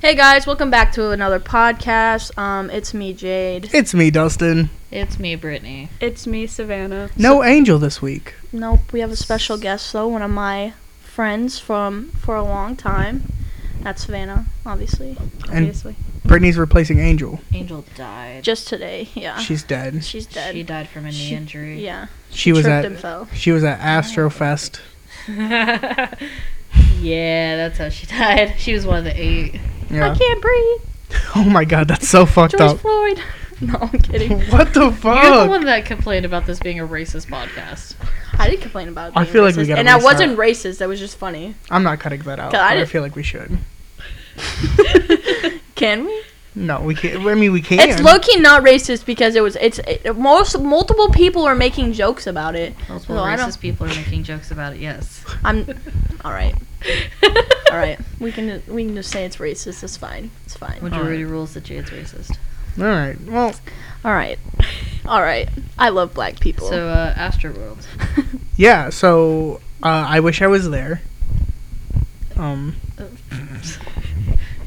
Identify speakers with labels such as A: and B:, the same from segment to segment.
A: Hey guys, welcome back to another podcast. Um, it's me, Jade.
B: It's me, Dustin.
C: It's me, Brittany.
D: It's me, Savannah.
B: No Angel this week.
A: Nope, we have a special guest though, one of my friends from for a long time. That's Savannah, obviously.
D: Obviously.
B: Brittany's replacing Angel.
C: Angel died.
A: Just today, yeah.
B: She's dead.
A: She's dead.
C: She died from a knee
A: She-
C: injury.
A: yeah.
B: She was
A: tripped and
B: at
A: fell.
B: she was at Astrofest.
C: Yeah. that's how she died. She was one of the eight.
B: Yeah.
A: I can't breathe.
B: Oh my god, that's so fucked
A: George
B: up.
A: Floyd. no, I'm kidding.
B: What the
C: You're the
B: fuck?
C: one that complained about this being a racist podcast.
A: I didn't complain about it.
B: I
A: being
B: feel like we
A: racist.
B: gotta
A: and I
B: restart.
A: wasn't racist. That was just funny.
B: I'm not cutting that out.
A: God, I
B: but I
A: didn't-
B: feel like we should.
A: Can we?
B: No, we can't. I mean, we can.
A: It's low key not racist because it was. It's it, most multiple people are making jokes about it.
C: Multiple
A: No, I don't-
C: racist people are making jokes about it. Yes.
A: I'm. All right. All right, we can we can just say it's racist. It's fine. It's fine.
C: Majority rules that Jade's racist.
B: All right. Well,
A: All right, all right. I love black people.
C: So, uh, Astroworld.
B: yeah. So uh, I wish I was there. Um.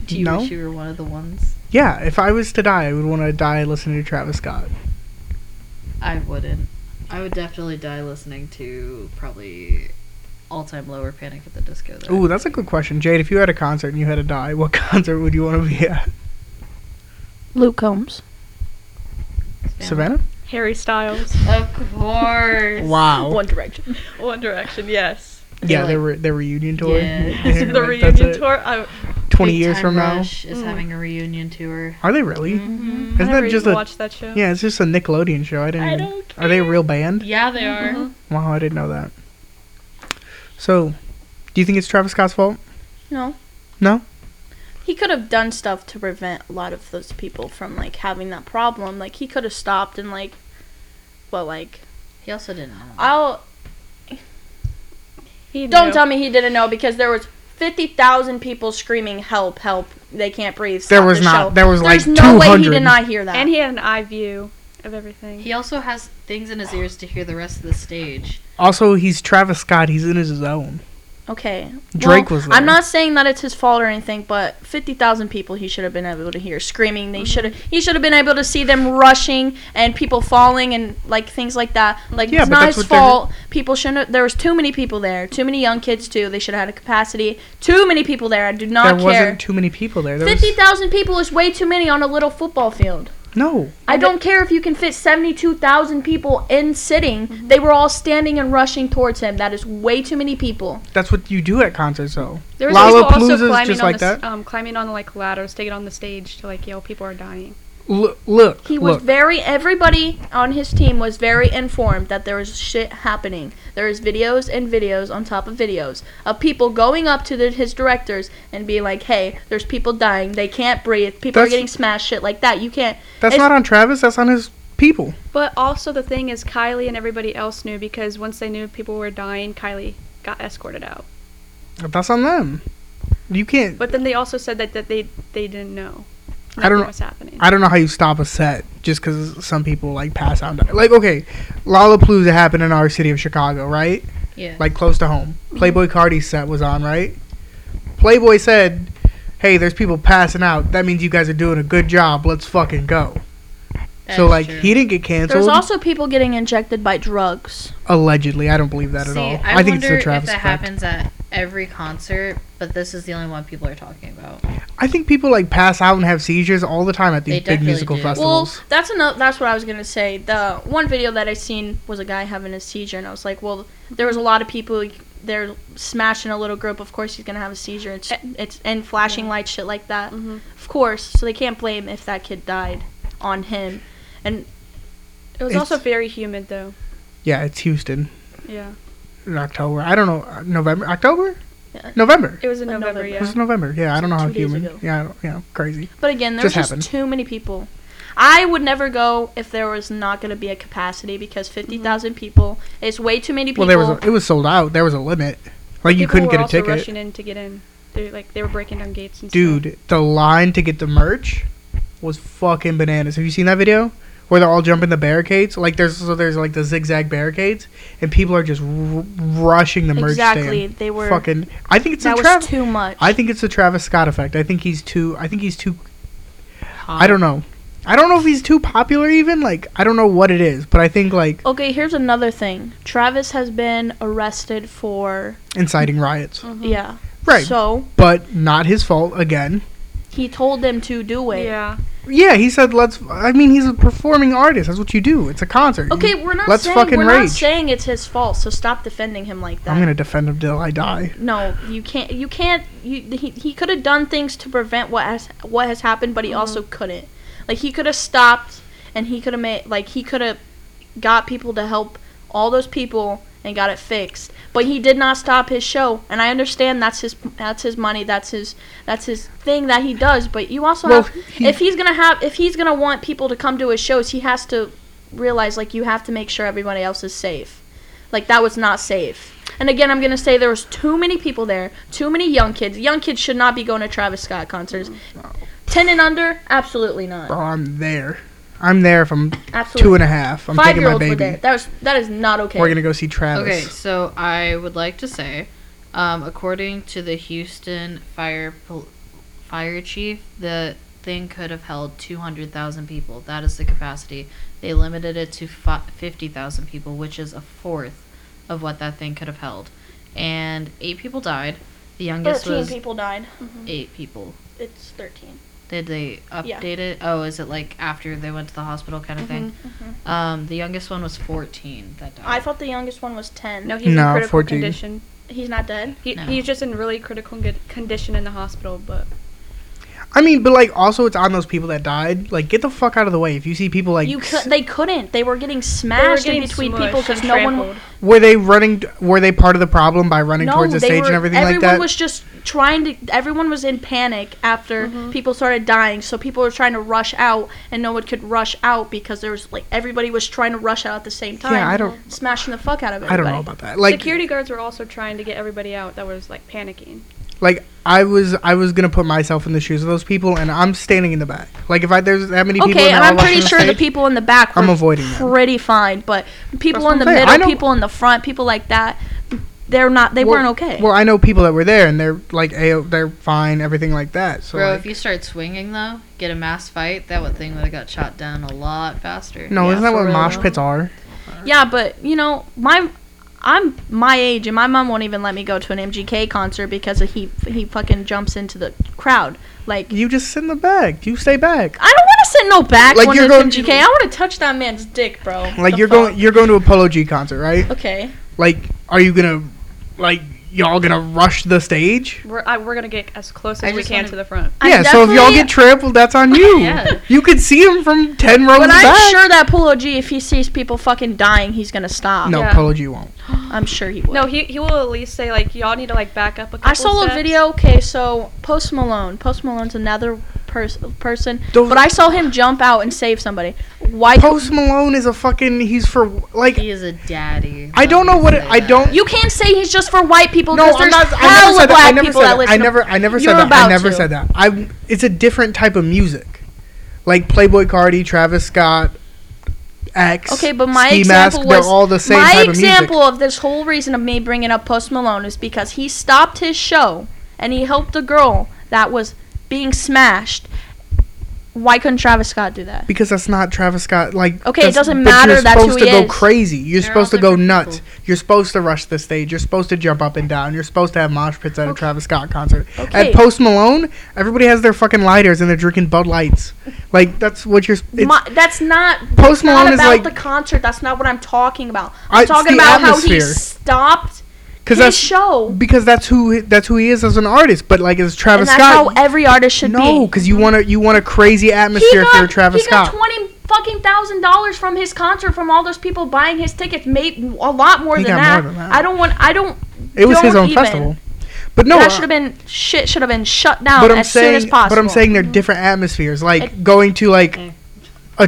C: Do you
B: No.
C: wish you were one of the ones?
B: Yeah. If I was to die, I would want to die listening to Travis Scott.
C: I wouldn't. I would definitely die listening to probably all-time lower Panic at the Disco. Though.
B: Ooh, that's a good question, Jade. If you had a concert and you had to die, what concert would you want to be at?
A: Luke Combs.
B: Savannah.
D: Harry Styles.
C: Of course.
B: Wow.
A: One Direction.
D: One Direction, yes.
B: Yeah,
C: like-
B: their re- their reunion tour.
C: Yeah.
B: Yeah, like,
D: the
B: that's
D: reunion
B: it.
D: tour. I,
B: Twenty
C: Big
B: years
C: Time
B: from
C: Rush is
D: Mm.
C: having a reunion tour.
B: now. Are they really?
A: Mm-hmm.
D: mm,
B: Isn't
D: I
B: that
D: never
B: just
D: even
B: a-
D: watched that show.
B: Yeah, it's just a Nickelodeon show. I didn't.
D: I
B: even-
D: don't
B: Are they a real band?
C: Yeah, they are.
B: Wow, I didn't know that. So, do you think it's Travis Scott's fault?
A: No.
B: No?
A: He could have done stuff to prevent a lot of those people from like having that problem. Like he could have stopped and like, well, like
C: He also didn't. know.
A: I'll
D: He
A: don't
D: knew.
A: tell me he didn't know because there was fifty thousand people screaming help, help. They can't breathe. Stop
B: There was
A: the
B: not-
A: show."
B: there was,
A: There's
B: like,
A: no way he
B: 200.
A: did not hear that.
D: And he had an eye view of everything.
C: He also has things in his ears to hear the rest of the stage.
B: Also, he's Travis Scott. He's in his zone.
A: Okay.
B: Drake was there.
A: I'm not saying that it's his fault or anything, but 50,000 people he should have been able to hear screaming. They should have he should have been able to see them rushing and people falling and like things like that. Like
B: Yeah,
A: it's
B: but
A: not
B: that's
A: his
B: what they're-
A: fault. People shouldn't have, there was too many people there. Too many young kids too. They should have had a capacity. Too many people there. I do
B: there
A: not care.
B: wasn't too many people there. there was-
A: 50,000 people is way too many on a little football field.
B: no.
A: I don't care if you can fit 72,000 people in sitting.
B: Mm-hmm.
A: They were all standing and rushing towards him. That is way too many people.
B: That's what you do at concerts, though.
D: There was people
B: Lollapalooza's
D: also climbing
B: just
D: on
B: like
D: the, s-
B: that?
D: Um, climbing on like ladders to get on the stage to like yell, "People are dying."
B: Look, look.
A: He was
B: look.
A: very. Everybody on his team was very informed that there was shit happening. There is videos and videos on top of videos of people going up to the, his directors and being like, "Hey, there's people dying. They can't breathe. People are
B: That's-
A: getting smashed. Shit like that. You can't."
B: that's
A: it's-
B: not on Travis. That's on his people.
D: But also the thing is, Kylie and everybody else knew because once they knew people were dying, Kylie got escorted out.
B: That's on them. You can't.
D: But then they also said that, that they they didn't know.
B: I don't
D: nothing
B: know-
D: was happening.
B: I don't know how you stop a set just because some people like pass out. and die. Like, okay, Lollapalooza happened in our city of Chicago, right?
C: Yeah.
B: Like close to home.
C: Mm-hmm.
B: Playboy Cardi's set was on, right? Playboy said, "Hey, there's people passing out. That means you guys are doing a good job. Let's fucking go."
C: That
B: so
C: is
B: like
C: true.
B: he didn't get
A: There's
B: canceled
A: also people getting injected by drugs.
B: allegedly. I don't believe that at
C: See,
B: all.
C: I,
B: I, think it's
C: wonder
B: the Travis
C: if that
B: effect.
C: happens at every concert, but this is the only one people are talking about.
B: I think people like pass out and have seizures all the time at these
C: They
B: big
C: definitely
B: musical
C: do.
B: festivals.
A: Well, that's another. That's what I was gonna say. The one video that I seen was a guy having a seizure, and I was like, well, there was a lot of people. like, They're smashing a little group. Of course, he's gonna have a seizure. It's it's and flashing lights, shit like that.
D: Mhm.
A: Of course, so they can't blame if that kid died on him.
D: It was
B: It's-
D: also very humid though.
B: yeah, it's Houston
D: Yeah,
B: in October. I don't know uh, November, October,
A: Yeah.
B: November.
D: it was in
A: Like
D: November.
A: November.
D: Yeah.
B: It was November. Yeah, I don't know how
A: Two days
B: human.
A: ago.
B: Yeah, I don't- yeah, crazy.
A: But again, there's
B: Just
A: just,
B: happened.
A: too many people. I would never go if there was not gonna be a capacity because fifty people is way too many people.
B: Well, there was a, it was sold out. There was a limit. Like you
D: People
B: couldn't
D: were
B: get a
D: also
B: ticket,
D: Rushing in to get in. They like they were breaking down gates and stuff.
B: dude. The line to get the merch was fucking bananas. Have you seen that video? where they're all jumping the barricades. Like there's so there's like the zigzag barricades, and people are just r- rushing the merch
A: exactly.
B: stand.
A: They were
B: Fucking, I think it's
A: that
B: a
A: was
B: Travis.
A: too much.
B: I think it's the Travis Scott effect. I think he's too. I think he's too.
C: Hot.
B: I don't know. I don't know if he's too popular. Even like I don't know what it is, but I think like
A: Okay, here's another thing. Travis has been arrested for
B: inciting riots.
A: yeah.
B: Right,
A: So
B: but not his fault again.
A: he told them to do it.
D: Yeah.
B: Yeah, he said let's. I mean, he's a performing artist. That's what you do. It's a concert.
A: Okay, we're not
B: Let's
A: saying
B: fucking
A: we're not
B: rage.
A: saying it's his fault. So stop defending him like that.
B: I'm gonna defend him till I die.
A: no, you can't. You can't. You he, he could have done things to prevent what has what has happened, but he also couldn't. Like he could have stopped, and he could have made like he could have got people to help all those people and got it fixed. But he did not stop his show, and I understand that's his that's his money, that's his that's his thing that he does. But you also
B: Well,
A: have
B: he-
A: if he's gonna have if he's gonna want people to come to his shows, he has to realize like you have to make sure everybody else is safe. Like that was not safe. And again, I'm gonna say there was too many people there, too many young kids. Young kids should not be going to Travis Scott concerts. Ten and under, absolutely
B: Bro,
A: not.
B: I'm there. I'm there if I'm
A: Absolutely.
B: two and a half. I'm
A: Five
B: taking
A: year
B: my
A: olds were
B: baby.
A: there. That was that is not okay.
B: We're gonna go see Travis.
C: Okay, so I would like to say, um, according to the Houston fire pol- fire chief, the thing could have held 200,000 people. That is the capacity. They limited it to fi- 50,000 people, which is a fourth of what that thing could have held. And eight people died. The youngest
A: Thirteen
C: was
A: people died.
C: eight people.
A: It's thirteen.
C: Did they
A: Yeah.
C: update it? Oh, is it like after they went to the hospital kind of thing? Um, the youngest one was 14 that died.
A: Mm-hmm, I thought the youngest one was ten.
D: No, he's
B: No,
D: in critical
B: 14.
D: condition.
A: He's not dead.
D: He,
C: No.
D: He's just in really critical good condition in the hospital, but
B: I mean, but like, also, it's on those people that died. Like, get the fuck out of the way. If you see people like,
A: you could.
B: s-
A: They couldn't. They were getting smashed in between people because no one.
B: were they running? Were they part of the problem by running
A: No,
B: towards the
A: they
B: stage
A: were,
B: and everything
A: everyone
B: like that?
A: was just trying to. Everyone was in panic after
B: Mm-hmm.
A: people started dying, so people were trying to rush out, and no one could rush out because there was like everybody was trying to rush out at the same time.
B: yeah, I don't.
A: Smashing the fuck out of
B: I
A: everybody.
B: don't know about that. Like,
D: security guards were also trying to get everybody out that was like panicking.
B: I was, I was gonna put myself in the shoes of those people, and I'm standing in the back. Like, if I there's that many people,
A: Okay,
B: and
A: and
B: they're
A: I'm
B: all
A: pretty
B: rushing
A: sure the
B: stage,
A: people in the back were
B: I'm avoiding them.
A: pretty fine, but people
B: That's
A: in the
B: what I'm saying. I
A: middle,
B: know-
A: people in the front, people like that, they're not. They
B: Well-
A: weren't okay.
B: Well, I know people that were there, and they're like, a, they're fine, everything like that. So,
C: Bro,
B: like-
C: if you start swinging though, get a mass fight, that would thing would have got shot down a lot faster.
B: no,
A: yeah,
B: isn't that
A: for
B: what
A: real
B: mosh
A: though.
B: pits are?
A: Yeah, but you know, my I'm my age, and my mom won't even let me go to an MGK concert because he he fucking jumps into the crowd. Like
B: You just sit in the back. You stay back.
A: I don't want to sit no back
B: Like,
A: when
B: you're
A: it's
B: going-
A: MGK. I want to touch that man's dick, bro.
B: Like
A: The
B: you're
A: fuck?
B: going, you're going to a Polo G concert, right?
A: Okay.
B: Like, are you gonna, like, y'all gonna rush the stage?
D: We're I, we're gonna get as close
C: I
D: as we
C: just
D: can
C: wanna-
D: to the front.
A: I'm
B: yeah. So if y'all
A: definitely-
B: get trampled, that's on you.
C: Yeah.
B: You could see him from ten rows
A: But I'm
B: back.
A: sure that Polo G, if he sees people fucking dying, he's gonna stop.
B: no,
D: Yeah.
B: Polo G won't.
A: I'm sure he would.
D: No, he he will at least say like y'all need to like back up a couple
A: I saw
D: steps.
A: a video. Okay, so Post Malone. Post Malone's another pers- person,
B: Those-
A: but I saw him jump out and save somebody. Why?
B: Post Malone is a fucking. He's for like.
C: He is a daddy.
B: I don't know what it- I don't-
A: You can't say he's just for white people
B: No,
A: because there's
B: I'm not. I never
A: hella
B: said that.
A: black
B: I never
A: people
B: said
A: that
B: that.
A: listen
B: I
A: to-
B: never. I never said
A: You're
B: that. I
A: about
B: never
A: to.
B: said that. I. It's a different type of music, like Playboy Cardi, Travis Scott, X.
A: Okay, but my
B: Ski
A: example
B: Mask, they're
A: was
B: all the same
A: my
B: type
A: example of, this whole reason of me bringing up Post Malone is because he stopped his show and he helped a girl that was being smashed. Why couldn't Travis Scott do that?
B: Because that's not Travis Scott. Like
A: Okay, it
B: that's-
A: doesn't
B: but
A: matter,
B: You're
A: that's
B: supposed
A: who
B: to
A: he
B: go
A: is.
B: crazy. You're
C: They're all
B: supposed to go
C: different
B: nuts.
C: people.
B: You're supposed to rush the stage. You're supposed to jump up and down. You're supposed to have mosh pits at a
A: Okay.
B: Travis Scott concert.
A: Okay.
B: At Post Malone, everybody has their fucking lighters and they're drinking Bud Lights. Like that's what you're. It's,
A: My, that's not
B: Post
A: Post Malone
B: Malone
A: not
B: is
A: about
B: like-
A: the concert. That's not what I'm talking about.
B: I-
A: I'm
B: it's
A: talking
B: the
A: about how he
B: atmosphere.
A: stopped his
B: because that's
A: show.
B: because that's who that's who he is as an artist. But like as
A: And
B: Travis
A: that's how
B: Scott,
A: every artist should be.
B: no, because you want to you want a crazy atmosphere if you're Travis
A: he got
B: Scott.
A: twenty fucking thousand dollars from his concert from all those people buying his tickets, made a lot more,
B: He
A: than,
B: got
A: that.
B: more than that.
A: I don't want. I don't.
B: it was his
A: don't
B: own
A: even.
B: festival. But no,
A: that
B: uh,
A: should have been shit. Should have been shut down
B: but I'm
A: as
B: saying,
A: soon as possible.
B: But I'm saying they're different atmospheres. Like
A: It-
B: going to like
C: Okay.
B: a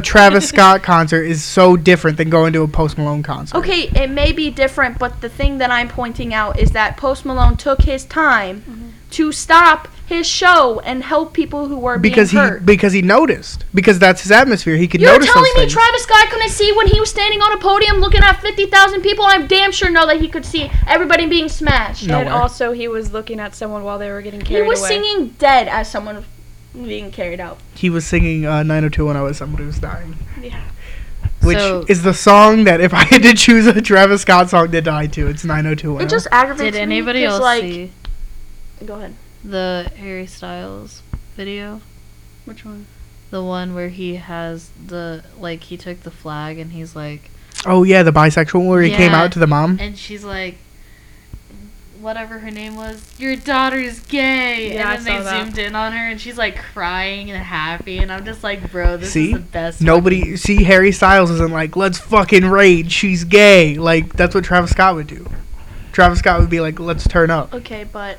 B: Travis Scott concert is so different than going to a Post Malone concert.
A: Okay, it may be different, but the thing that I'm pointing out is that Post Malone took his time to stop his show and help people who were
B: because he
A: being hurt.
B: because he noticed because that's his atmosphere. He could
A: You're
B: notice
A: telling
B: those
A: me
B: things.
A: Travis Scott couldn't see when he was standing on a podium looking at 50,000 people? I'm damn sure know that he could see everybody being smashed.
B: No
D: and
B: way.
D: also, he was looking at someone while they were getting
A: He
D: carried
A: was
D: away.
A: singing dead as someone was being carried out.
B: he was singing uh, 90210 as somebody was dying.
D: Yeah.
B: Which
C: So-
B: is the song that if I had to choose a Travis Scott song to die to, it's 90210.
A: It just aggravates
C: Did
A: me
C: anybody
A: 'cause,
C: else
A: like,
C: see
A: Go ahead.
C: the Harry Styles video?
D: Which one?
C: The one where he has the like he took the flag and he's like
B: oh yeah, the bisexual where he came
C: Yeah.
B: out to the mom.
C: and she's like whatever her name was, your daughter's gay.
D: Yeah, I
C: and then
D: saw
C: they
D: that.
C: zoomed in on her and she's like crying and happy and I'm just like, bro, this
B: See?
C: is the best
B: Nobody see Harry Styles isn't like let's fucking rage. She's gay. Like that's what Travis Scott would do. Travis Scott would be like let's turn up.
A: Okay, but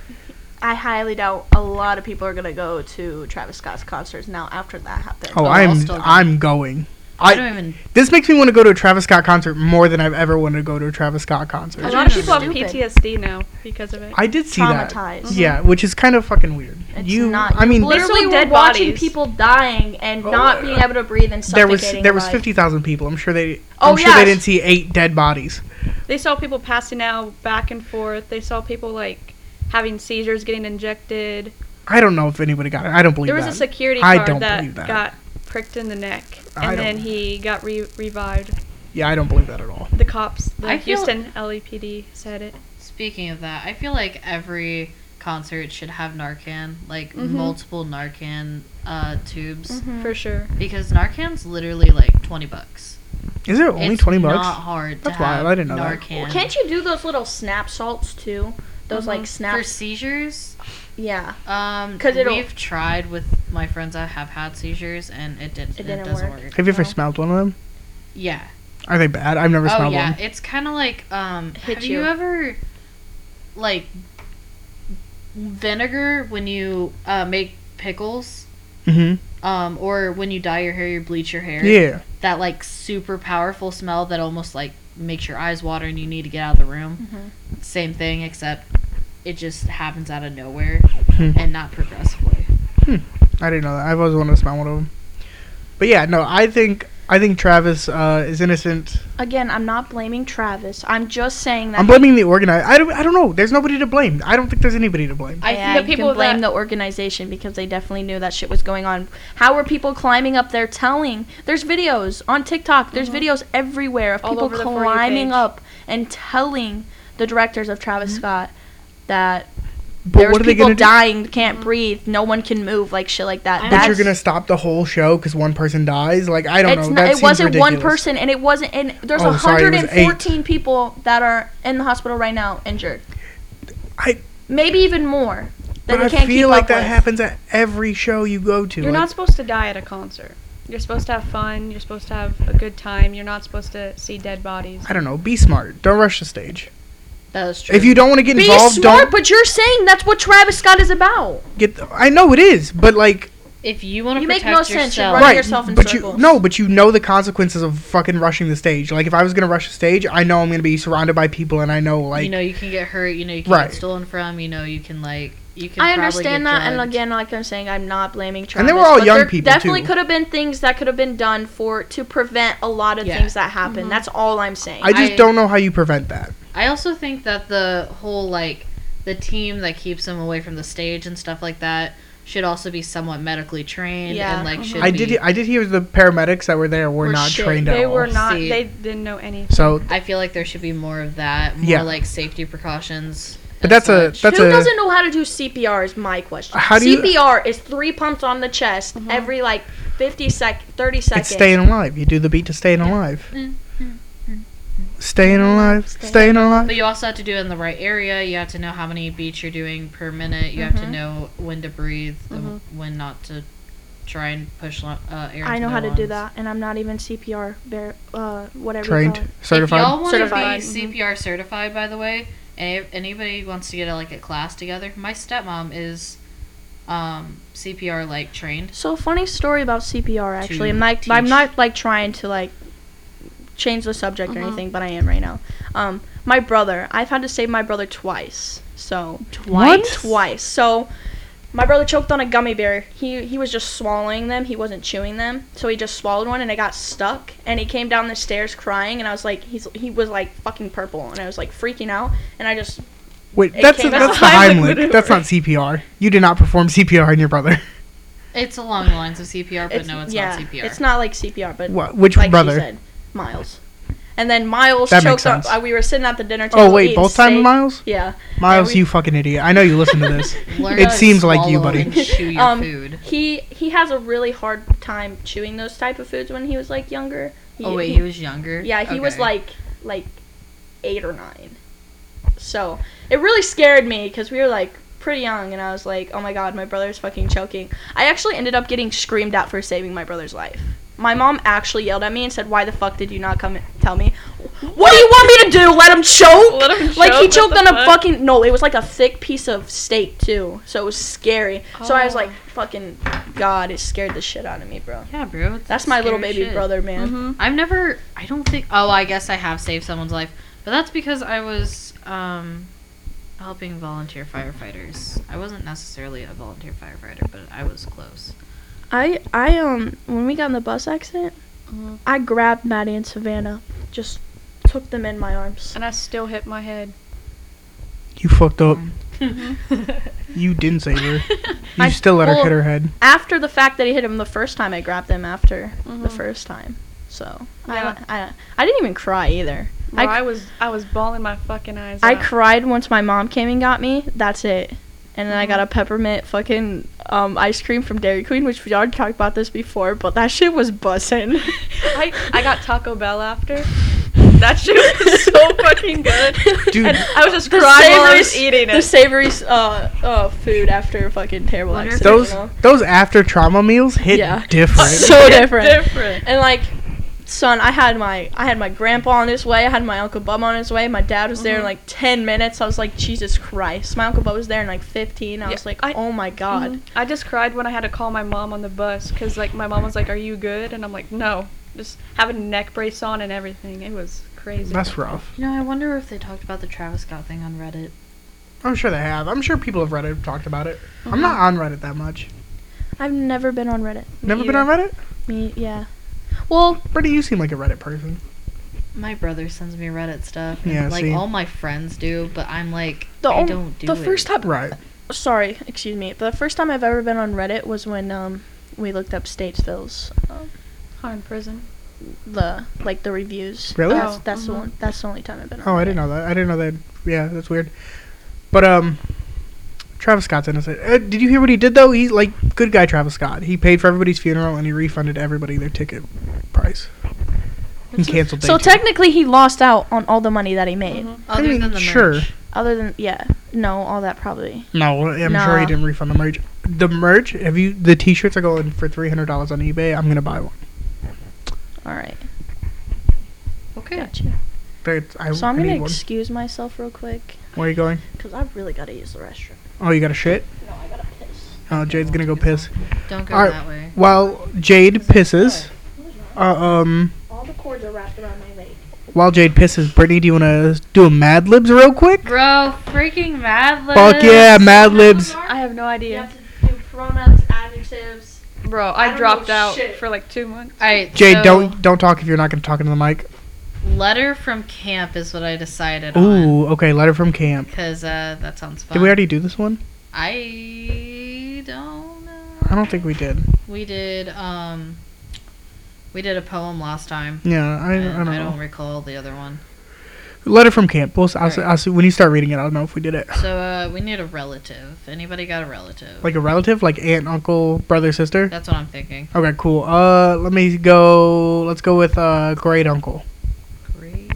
A: I highly doubt a lot of people are going to go to Travis Scott's concerts now after that happened.
B: Oh,
C: Oh, I'll
B: I'm
C: still go.
B: I'm going.
C: I,
B: I,
C: don't even
B: this makes me want to go to a Travis Scott concert more than I've ever wanted to go to a Travis Scott concert.
D: A
A: Those
D: lot
A: are
D: of people
A: stupid.
D: have PTSD now because of it.
B: I did see that.
A: Traumatized.
B: Yeah, which is kind of fucking weird.
A: It's
B: you,
A: not.
B: I mean,
D: Well, They
A: literally Oh.
D: saw
A: we're
D: dead
A: watching
D: bodies.
A: people dying and not being able to breathe and
B: there was
A: suffocating
B: there was
A: alive.
B: fifty thousand people. I'm sure they.
A: Oh,
B: I'm sure they
A: yes.
B: didn't see eight dead bodies.
D: They saw people passing out back and forth. They saw people like having seizures, getting injected.
B: I don't know if anybody got it. I don't believe
D: there was
B: that.
D: a security
B: I
D: guard
B: don't believe that.
D: that, got pricked in the neck,
B: I
D: and then
B: don't-
D: he got re- revived.
B: yeah, I don't believe that at all.
D: The cops, the
C: I feel-
D: Houston LAPD, said it.
C: Speaking of that, I feel like every concert should have Narcan, like
B: Mm-hmm.
D: Mhm.
C: multiple Narcan uh, tubes,
D: For sure.
B: Mm-hmm.
C: because Narcan's literally like twenty bucks.
B: Is it only
C: It's
B: twenty
C: Not
B: bucks?
C: hard.
B: That's
C: to have
B: wild, I didn't know that.
C: Narcan.
A: Well, can't you do those little snap salts too? Those like
C: for
A: snaps.
C: seizures?
A: yeah.
C: Um,
A: 'Cause it'll-
C: we've tried with my friends that have had seizures, and it didn't. It,
A: didn't
C: doesn't
A: work.
C: work.
B: Have you ever
A: No.
B: smelled one of them?
C: Yeah.
B: Are they bad? I've never
C: Oh
B: smelled
C: yeah.
B: one.
C: It's kind of like um.
A: Hit
C: have you.
A: you.
C: ever like vinegar when you uh, make pickles?
B: Mm-hmm.
C: Um, or when you dye your hair, you bleach your hair.
B: Yeah.
C: that like super powerful smell that almost like makes your eyes water and you need to get out of the room.
A: Mm-hmm.
C: Same thing, except it just happens out of nowhere
B: Hmm.
C: and not progressively.
B: I didn't know that. I've always wanted to smell one of them. But yeah, no, I think I think Travis uh, is innocent.
A: Again, I'm not blaming Travis. I'm just saying that.
B: I'm blaming the organizer. I don't, I don't know. There's nobody to blame. I don't think there's anybody to blame.
C: I
A: yeah,
C: think
A: you
D: people
A: can blame
D: that-
A: the organization because they definitely knew that shit was going on. How were people climbing up there telling? There's videos on TikTok. There's videos everywhere of
D: Mm-hmm. All
A: people
D: over the For You
A: climbing
D: page. Mm-hmm.
A: up and telling the directors of Travis Scott that
B: But
A: there's
B: what are they
A: people
B: going to do?
A: dying,
D: Mm-hmm.
A: can't breathe, no one can move, like shit like that.
C: But
B: But
A: That's
B: you're going to stop the the whole show because one person dies? Like, I don't
A: it's
B: know.
A: not,
B: that
A: it
B: seems
A: wasn't one
B: ridiculous.
A: person, and it wasn't. And there's
B: Oh, sorry, it was
A: 114 people that are in the hospital right now injured.
B: I-
A: maybe even more. That
B: But
A: they
B: I
A: can't
B: feel
A: keep
B: like
A: up
B: that
A: with.
B: happens at every show you go to.
D: You're
B: like,
D: not supposed to die at a concert. You're supposed to have fun. You're supposed to have a good time. You're not supposed to see dead bodies.
B: I don't know. Be smart. Don't rush the stage.
C: that is true.
B: If you don't want to get
A: Be
B: involved,
A: smart,
B: don't
A: but you're saying that's what Travis Scott is about.
B: get. The, I know it is, but like,
C: if you want to
A: You make
C: protect
A: no sense, you're
C: yourself,
A: running
B: right?
A: yourself in
B: but
A: circles.
B: you no, but you know the consequences of fucking rushing the stage. Like, if I was gonna rush the stage, I know I'm gonna be surrounded by people, and I know like
C: you know you can get hurt. You know you can
B: Right.
C: get stolen from. You know you can like you can.
A: I
C: probably
A: understand
C: get
A: that, and
C: drugged.
A: again, like I'm saying, I'm not blaming Travis.
B: And they were all
A: but
B: young
A: there
B: people,
A: Definitely
B: too.
A: could have been things that could have been done for to prevent a lot of
C: Yeah.
A: things that happen. That's all I'm saying.
B: I just
C: I-
B: don't know how you prevent that.
C: I also think that the whole like the team that keeps them away from the stage and stuff like that should also be somewhat medically trained
A: Yeah.
C: and like should
B: I
C: be.
B: did. I did hear the paramedics that were there were
A: Were
B: not
A: shit.
B: trained at
D: They
B: all.
D: were not.
C: See.
D: They didn't know anything.
B: So,
C: I feel like there should be more of that, more
B: Yeah.
C: like safety precautions.
B: but
C: and
B: that's a
C: such.
B: that's
A: Who
B: a
A: doesn't know how to do CPR is my question.
B: How do you-
A: CPR is three pumps on the chest every like 50 sec, 30 seconds.
B: it's staying alive. You do the beat to staying
A: Mm-hmm.
B: alive. Staying alive,
A: Staying-
B: staying alive.
C: But you also have to do it in the right area. You have to know how many beats you're doing per minute. You
A: Mm-hmm.
C: have to know when to breathe, and when not to try and push lo- uh, air.
A: I
C: into
A: know how
C: their
A: to do
C: lungs.
A: that, and I'm not even CPR, ver- uh, whatever. you call
B: Trained,
A: it.
C: If
B: certified.
C: y'all want to be
A: Certified. mm-hmm.
C: CPR certified, by the way, and if anybody wants to get a, like a class together, my stepmom is um, CPR like trained.
A: So funny story about CPR. Actually,
C: To
A: I'm not. I'm
C: teach.
A: not like trying to like change the subject or anything, but I am right now. Um, my brother. I've had to save my brother twice. So
B: What?
A: twice. So My brother choked on a gummy bear. He he was just swallowing them. He wasn't chewing them, so he just swallowed one and it got stuck. And he came down the stairs crying, and I was like, he's he was like fucking purple, and I was like freaking out, and I just
B: Wait,
A: It
B: that's
A: came out.
B: that's the
A: I
B: Heimlich.
A: literally-
B: That's not CPR. You did not perform CPR on your brother.
C: It's along the lines of CPR, but
A: it's,
C: no, it's
A: yeah,
C: not CPR.
A: It's not like CPR, but
B: What? Which
A: like
B: brother?
A: she said, Miles. And then Miles
B: That makes
A: choked up.
B: sense.
A: Uh, we were sitting at the dinner table.
B: Oh wait,
A: eating
B: both time
A: steak.
B: Miles.
A: Yeah.
B: Miles,
A: we-
B: you fucking idiot! I know you listen to this.
C: Learn
B: It
C: to
B: seems like you,
C: swallow
B: buddy.
C: and chew your
A: Um,
C: food.
A: He he has a really hard time chewing those type of foods when he was like younger. He,
C: Oh wait,
A: he-
C: he was younger.
A: yeah, he was
C: Okay.
A: like like eight or nine. So it really scared me because we were like pretty young, and I was like, oh my god, my brother's fucking choking. I actually ended up getting screamed at for saving my brother's life. My mom actually yelled at me and said, "Why the fuck did you not come and tell me? What, do you want me to do? Let him choke?
D: Let him
A: like he
D: choke?
A: choked
D: What the
A: on a
D: fuck?
A: fucking no. It was like a thick piece of steak too, so it was scary. So I was
D: Oh.
A: like, fucking god, it scared the shit out of me, bro.
C: Yeah, bro. it's
A: That's my little
C: scary
A: baby
C: shit.
A: brother, man.
D: Mm-hmm.
C: I've never. I don't think. Oh, I guess I have saved someone's life, but that's because I was um, helping volunteer firefighters. I wasn't necessarily a volunteer firefighter, but I was close.
A: I I um when we got in the bus accident,
C: Mhm.
A: I grabbed Maddie and Savannah, just took them in my arms.
D: And I still hit my head.
B: You fucked up.
A: Mm-hmm.
B: You didn't save her. You
A: I-
B: still let her
A: well-
B: hit her head.
A: After the fact that he hit him the first time, I grabbed them after the
D: Mhm.
A: first time. So
D: Yeah.
A: I, I I didn't even cry either.
D: Bro,
A: I-
D: I, was I was bawling my fucking eyes
A: I
D: out.
A: cried once my mom came and got me. That's it. And then I got
D: Mhm.
A: a peppermint fucking um, ice cream from Dairy Queen, which we already talked about this before, but that shit was bussin'.
D: I, I got Taco Bell after. That shit was so fucking good.
B: Dude.
D: And I was just
A: The
D: crying while I was
A: savory-
D: eating
A: The
D: it.
A: savory uh, uh, food after a fucking terrible
C: Wonder if
A: accident.
B: Those
A: you know?
B: those after trauma meals hit
A: Yeah.
B: different.
A: so different. Mhm.
D: Different.
A: And like, son, I had my I had my grandpa on his way. I had my uncle Bub on his way. My dad was there in
D: Mhm.
A: like ten minutes. I was like, Jesus Christ! My uncle Bub was there in like fifteen. I
D: Yeah,
A: was like,
D: I-
A: Oh my God!
D: Mhm. I just cried when I had to call my mom on the bus because like my mom was like, "Are you good?" And I'm like, "No." Just having a neck brace on and everything. It was crazy.
B: That's rough.
C: You know, I wonder if they talked about the Travis Scott thing on Reddit.
B: I'm sure they have. I'm sure people have read it, talked about it.
A: Uh-huh.
B: I'm not on Reddit that much.
D: Mm-hmm.
A: I've never been on Reddit.
B: Never been
D: either.
B: on Reddit.
A: Me, yeah. Well,
B: Brittany, you seem like a Reddit person.
C: My brother sends me Reddit stuff. And,
B: Yeah,
C: like
B: see.
C: all my friends do, but I'm like,
A: the
C: I
A: on-
C: don't do
A: the
C: it.
A: first time.
B: Right.
A: Sorry, excuse me. The first time I've ever been on Reddit was when um we looked up Statesville's um,
D: Are in prison.
A: the like the reviews.
B: Really?
A: That's,
D: Oh,
A: that's the
D: mhm.
A: one. That's the only time I've been on.
B: Oh, I didn't
A: Reddit.
B: know that. I didn't know that. Yeah, that's weird. But um, Travis Scott's innocent. Uh, did you hear what he did though? He like good guy Travis Scott. He paid for everybody's funeral and he refunded everybody their ticket price. And canceled.
A: So
B: day two.
A: technically, he lost out on all the money that he made.
D: Mhm.
C: Other
B: mean,
C: than the
B: sure.
C: merch.
A: Other than yeah, no, all that probably.
B: No, I'm sure he
A: Nah.
B: didn't refund the merch. The merch. Have you? The T-shirts are going for three hundred dollars on eBay. I'm gonna buy one.
A: All right,
C: Okay.
A: gotcha.
B: There- I,
A: So I'm
B: I need
A: gonna
B: one.
A: excuse myself real quick
B: Where are you going?
A: because I really gotta use the restroom.
B: Oh, you got to shit.
A: No, I gotta piss.
B: Oh, Jade's gonna go piss.
C: Don't go
B: Alright.
C: that way.
B: While Jade pisses, uh, um,
A: All the cords are wrapped around my leg.
B: while Jade pisses, Brittany, do you wanna do a Mad Libs real quick?
C: Bro, freaking Mad Libs.
B: Fuck yeah, Mad Libs.
D: I have no idea,
A: to do pronouns, adjectives.
D: bro.
A: I
D: I,
A: don't
D: dropped
A: know
D: out
A: shit.
D: for like two months.
C: All right,
B: Jade,
C: so
B: don't don't talk if you're not gonna talk into the mic.
C: Letter from camp is what I decided on.
B: Ooh, okay. Letter from camp.
C: Because uh, that sounds fun.
B: Did we already do this one?
C: I don't know.
B: I don't think we did.
C: We did um we did a poem last time.
B: Yeah, Mm, I, I don't
C: and
B: know.
C: recall the other one.
B: Letter from camp. We'll, s- I'll, s-
C: Alright.
B: I'll see when you start reading it. I'll know if we did it.
C: So uh we need a relative. Anybody got a relative?
B: Like a relative, like aunt, uncle, brother, sister.
C: That's what I'm thinking.
B: Okay, cool. Uh, let me go. Let's go with uh, great uncle.
C: Great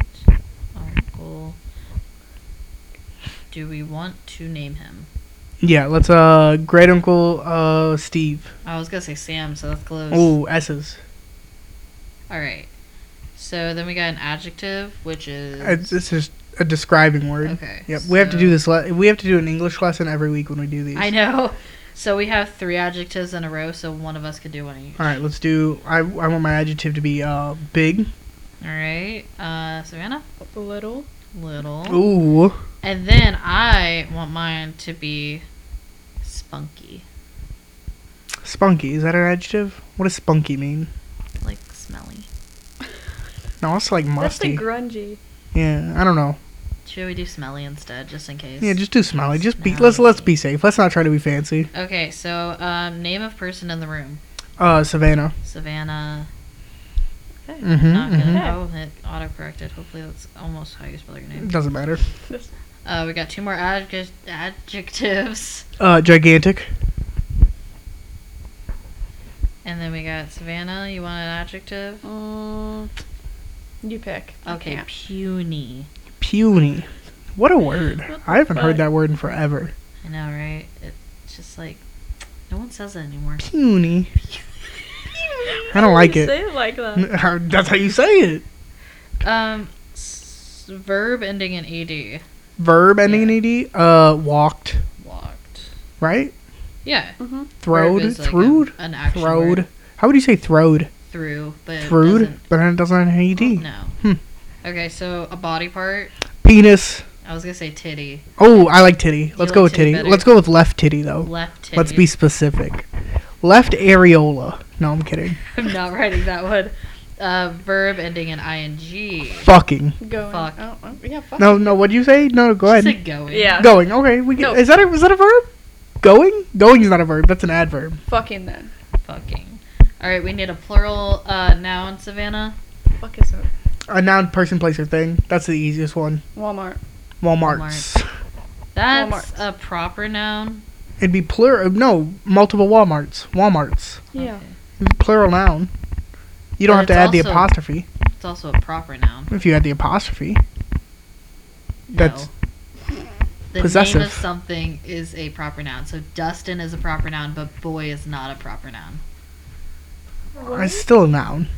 C: uncle. Do we want to name him?
B: Yeah, let's uh, great uncle uh, Steve.
C: I was gonna say Sam, so that's close.
B: Ooh, S's.
C: All right. So then we got an adjective, which is
B: It's, it's just a describing word.
C: okay.
B: Yep, we have to do
C: so-
B: this. Le- we have to do an English lesson every week when we do these.
C: I know. So we have three adjectives in a row, so one of us could do one each.
B: All right, let's do. I, I want my adjective to be uh big.
C: All right, uh, Savannah,
D: Little.
C: little,
B: Ooh,
C: and then I want mine to be funky,
B: Spunky, is that an adjective? What does spunky mean?
C: like smelly.
B: No, also like
D: That's the
B: musty.
D: grungy.
B: yeah, I don't know.
C: Should we do smelly instead, just in case?
B: Yeah, just do smelly. Just be let's let's be safe. Let's not try to be fancy.
C: Okay, so um, name of person in the room.
B: Uh, Savannah.
C: Savannah. Okay.
B: Mhm,
C: Not gonna.
D: mhm.
C: Oh, it autocorrected. Hopefully, that's almost how you spell your name.
B: Doesn't matter.
C: Uh, we got two more adjec- adjectives,
B: Uh, gigantic.
C: and then we got Savannah. You want an adjective?
D: Mm, you pick. I
C: Okay,
D: can't.
C: puny.
B: Puny. What a word.
D: What the
B: I haven't heard
D: fuck?
B: that word in forever.
C: I know, right? It's just like no one says it anymore.
B: Puny. I don't like
D: You
B: it.
D: say it like that.
B: That's how you say it.
C: Um, s- verb ending in ed.
B: Verb E ending in ed. Uh, walked.
C: Walked.
B: Right.
C: Yeah.
D: Mm-hmm.
B: Throwed.
C: Verb is like
B: throwed.
C: An, an action
B: throwed.
C: word.
B: How would you say throwed?
C: Through. But it
B: Throwed,
C: doesn't- Oh,
B: but it doesn't have an ed.
C: No.
B: Hmm.
C: Okay, so a body part.
B: Penis.
C: I was gonna say titty.
B: Oh, I like titty. Let's
C: like
B: go with
C: titty
B: titty.
C: better?
B: Let's go with left titty though.
C: Left titty.
B: Let's be specific. Left areola. No, I'm kidding.
C: I'm not writing that one. Uh, verb ending in ing.
B: Fucking.
D: Going.
C: Fuck.
D: Oh, oh, yeah, fuck.
B: No, no. What do you say? No, go
C: She
B: ahead.
C: said going.
D: Yeah.
B: Going. Okay. We get,
D: No.
B: is that a, is that a verb? Going. Going is not a verb. That's an adverb.
D: Fucking then.
C: Fucking. All right, we need a plural uh, noun, Savannah.
D: Fuck is it?
B: A noun, person, place, or thing. That's the easiest one.
D: Walmart.
B: Walmart's.
C: That's
D: Walmart.
C: a proper noun.
B: It'd be plural. No, multiple Walmart's. Walmart's.
D: Yeah.
C: Okay.
B: Plural noun. You don't have
C: But
B: to
C: it's
B: add the
C: also-
B: apostrophe.
C: It's also a proper noun.
B: If you add the apostrophe, That's-
C: No. The
B: Possessive.
C: name of something is a proper noun. So Dustin is a proper noun, but boy is not a proper noun.
B: it's still a noun.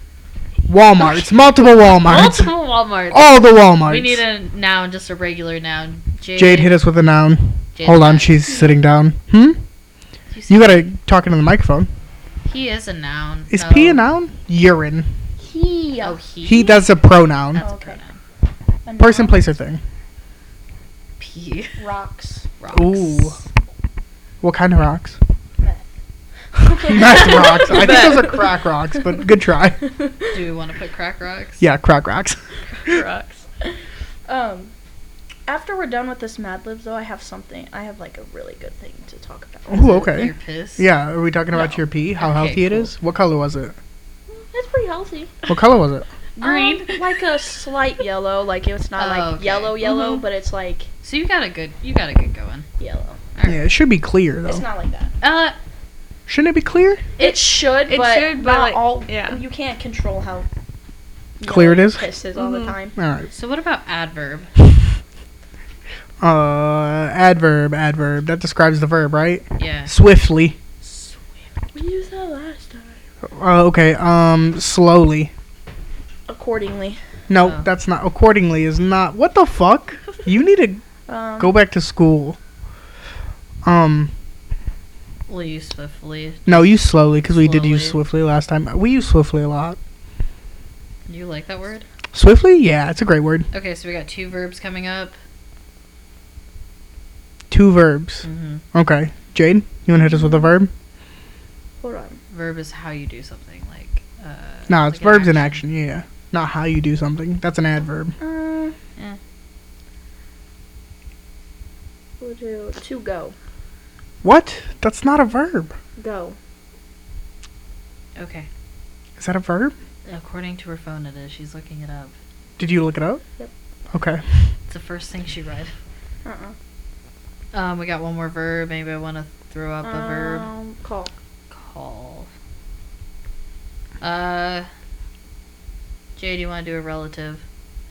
B: Walmart's. Multiple Walmart's.
C: Multiple Walmarts.
B: All the Walmarts.
C: We need a noun, just a regular noun. Jade,
B: Jade hit us with a noun.
C: Jade
B: Hold on,
C: hit
B: she's sitting down. Hmm?
C: us.
B: You gotta talk into the microphone.
C: He is a noun.
B: Is
C: no.
B: pee a noun? Urine.
A: He.
C: Oh, he.
B: He, that's a pronoun.
C: That's
D: Oh,
C: a
D: okay.
C: pronoun.
B: Person, place, or thing.
C: Pee.
D: Rocks.
C: Rocks.
B: Ooh. What kind of rocks? Meth
A: That's
B: rocks. I think those are crack rocks, but good try.
C: Do we want to put crack rocks?
B: Yeah, crack rocks.
D: Rocks.
A: Um, after we're done with this Mad Libs, though, I have something. I have like a really good thing to talk about.
B: Ooh,
C: Your
B: okay.
C: piss.
B: Yeah, are we talking about
A: No.
B: your pee? How
C: Okay,
B: healthy it
C: cool.
B: is? What color was it?
A: It's pretty healthy.
B: What color was it?
C: Green.
A: Um, like a slight yellow. Like it's not
C: Oh,
A: like
C: okay.
A: yellow, yellow,
D: Mhm.
A: but it's like
C: So you got a good, you got a good going.
A: yellow.
B: Yeah, it should be clear
A: It's
B: though.
A: not like that.
C: Uh,
B: Shouldn't it be clear?
A: It should,
D: it
A: but
D: should, but,
A: not
D: like,
A: all.
D: yeah.
A: You can't control how
B: Clear it
A: yellow
B: is?
A: Piss is all the
D: Mhm.
A: time.
B: All right.
C: so what about adverb?
B: Uh, adverb, adverb. That describes the verb, right?
C: Yeah.
B: Swiftly.
A: We used that last time.
B: Uh, okay. Um, slowly.
A: Accordingly.
B: No,
C: Oh.
B: that's not. Accordingly is not. What the fuck? You need to
A: Um,
B: go back to school. Um,
C: We'll use swiftly.
B: no, use slowly because we did use
C: Slowly.
B: swiftly last time. We use swiftly a lot.
C: Do you like that word?
B: Swiftly, yeah, it's a great word.
C: Okay, so we got two verbs coming up.
B: Two verbs.
C: Mm-hmm.
B: Okay, Jade, you wanna hit us with a verb?
A: Hold on.
C: Verb is how you do something, like. Uh,
B: No, it's
C: like an
B: verbs in action. Yeah, not how you do something. That's an adverb.
A: Uh,
C: Eh.
A: We'll do to go.
B: What? That's not a verb.
A: Go.
C: Okay.
B: Is that a verb?
C: According to her phone, it is. She's looking it up.
B: Did you look it up?
A: Yep.
B: Okay.
C: It's the first thing she read.
A: Uh-uh.
C: Um, we got one more verb. Maybe I want to throw up a verb.
A: Um, call.
C: Call. Uh, Jay, do you want to do a relative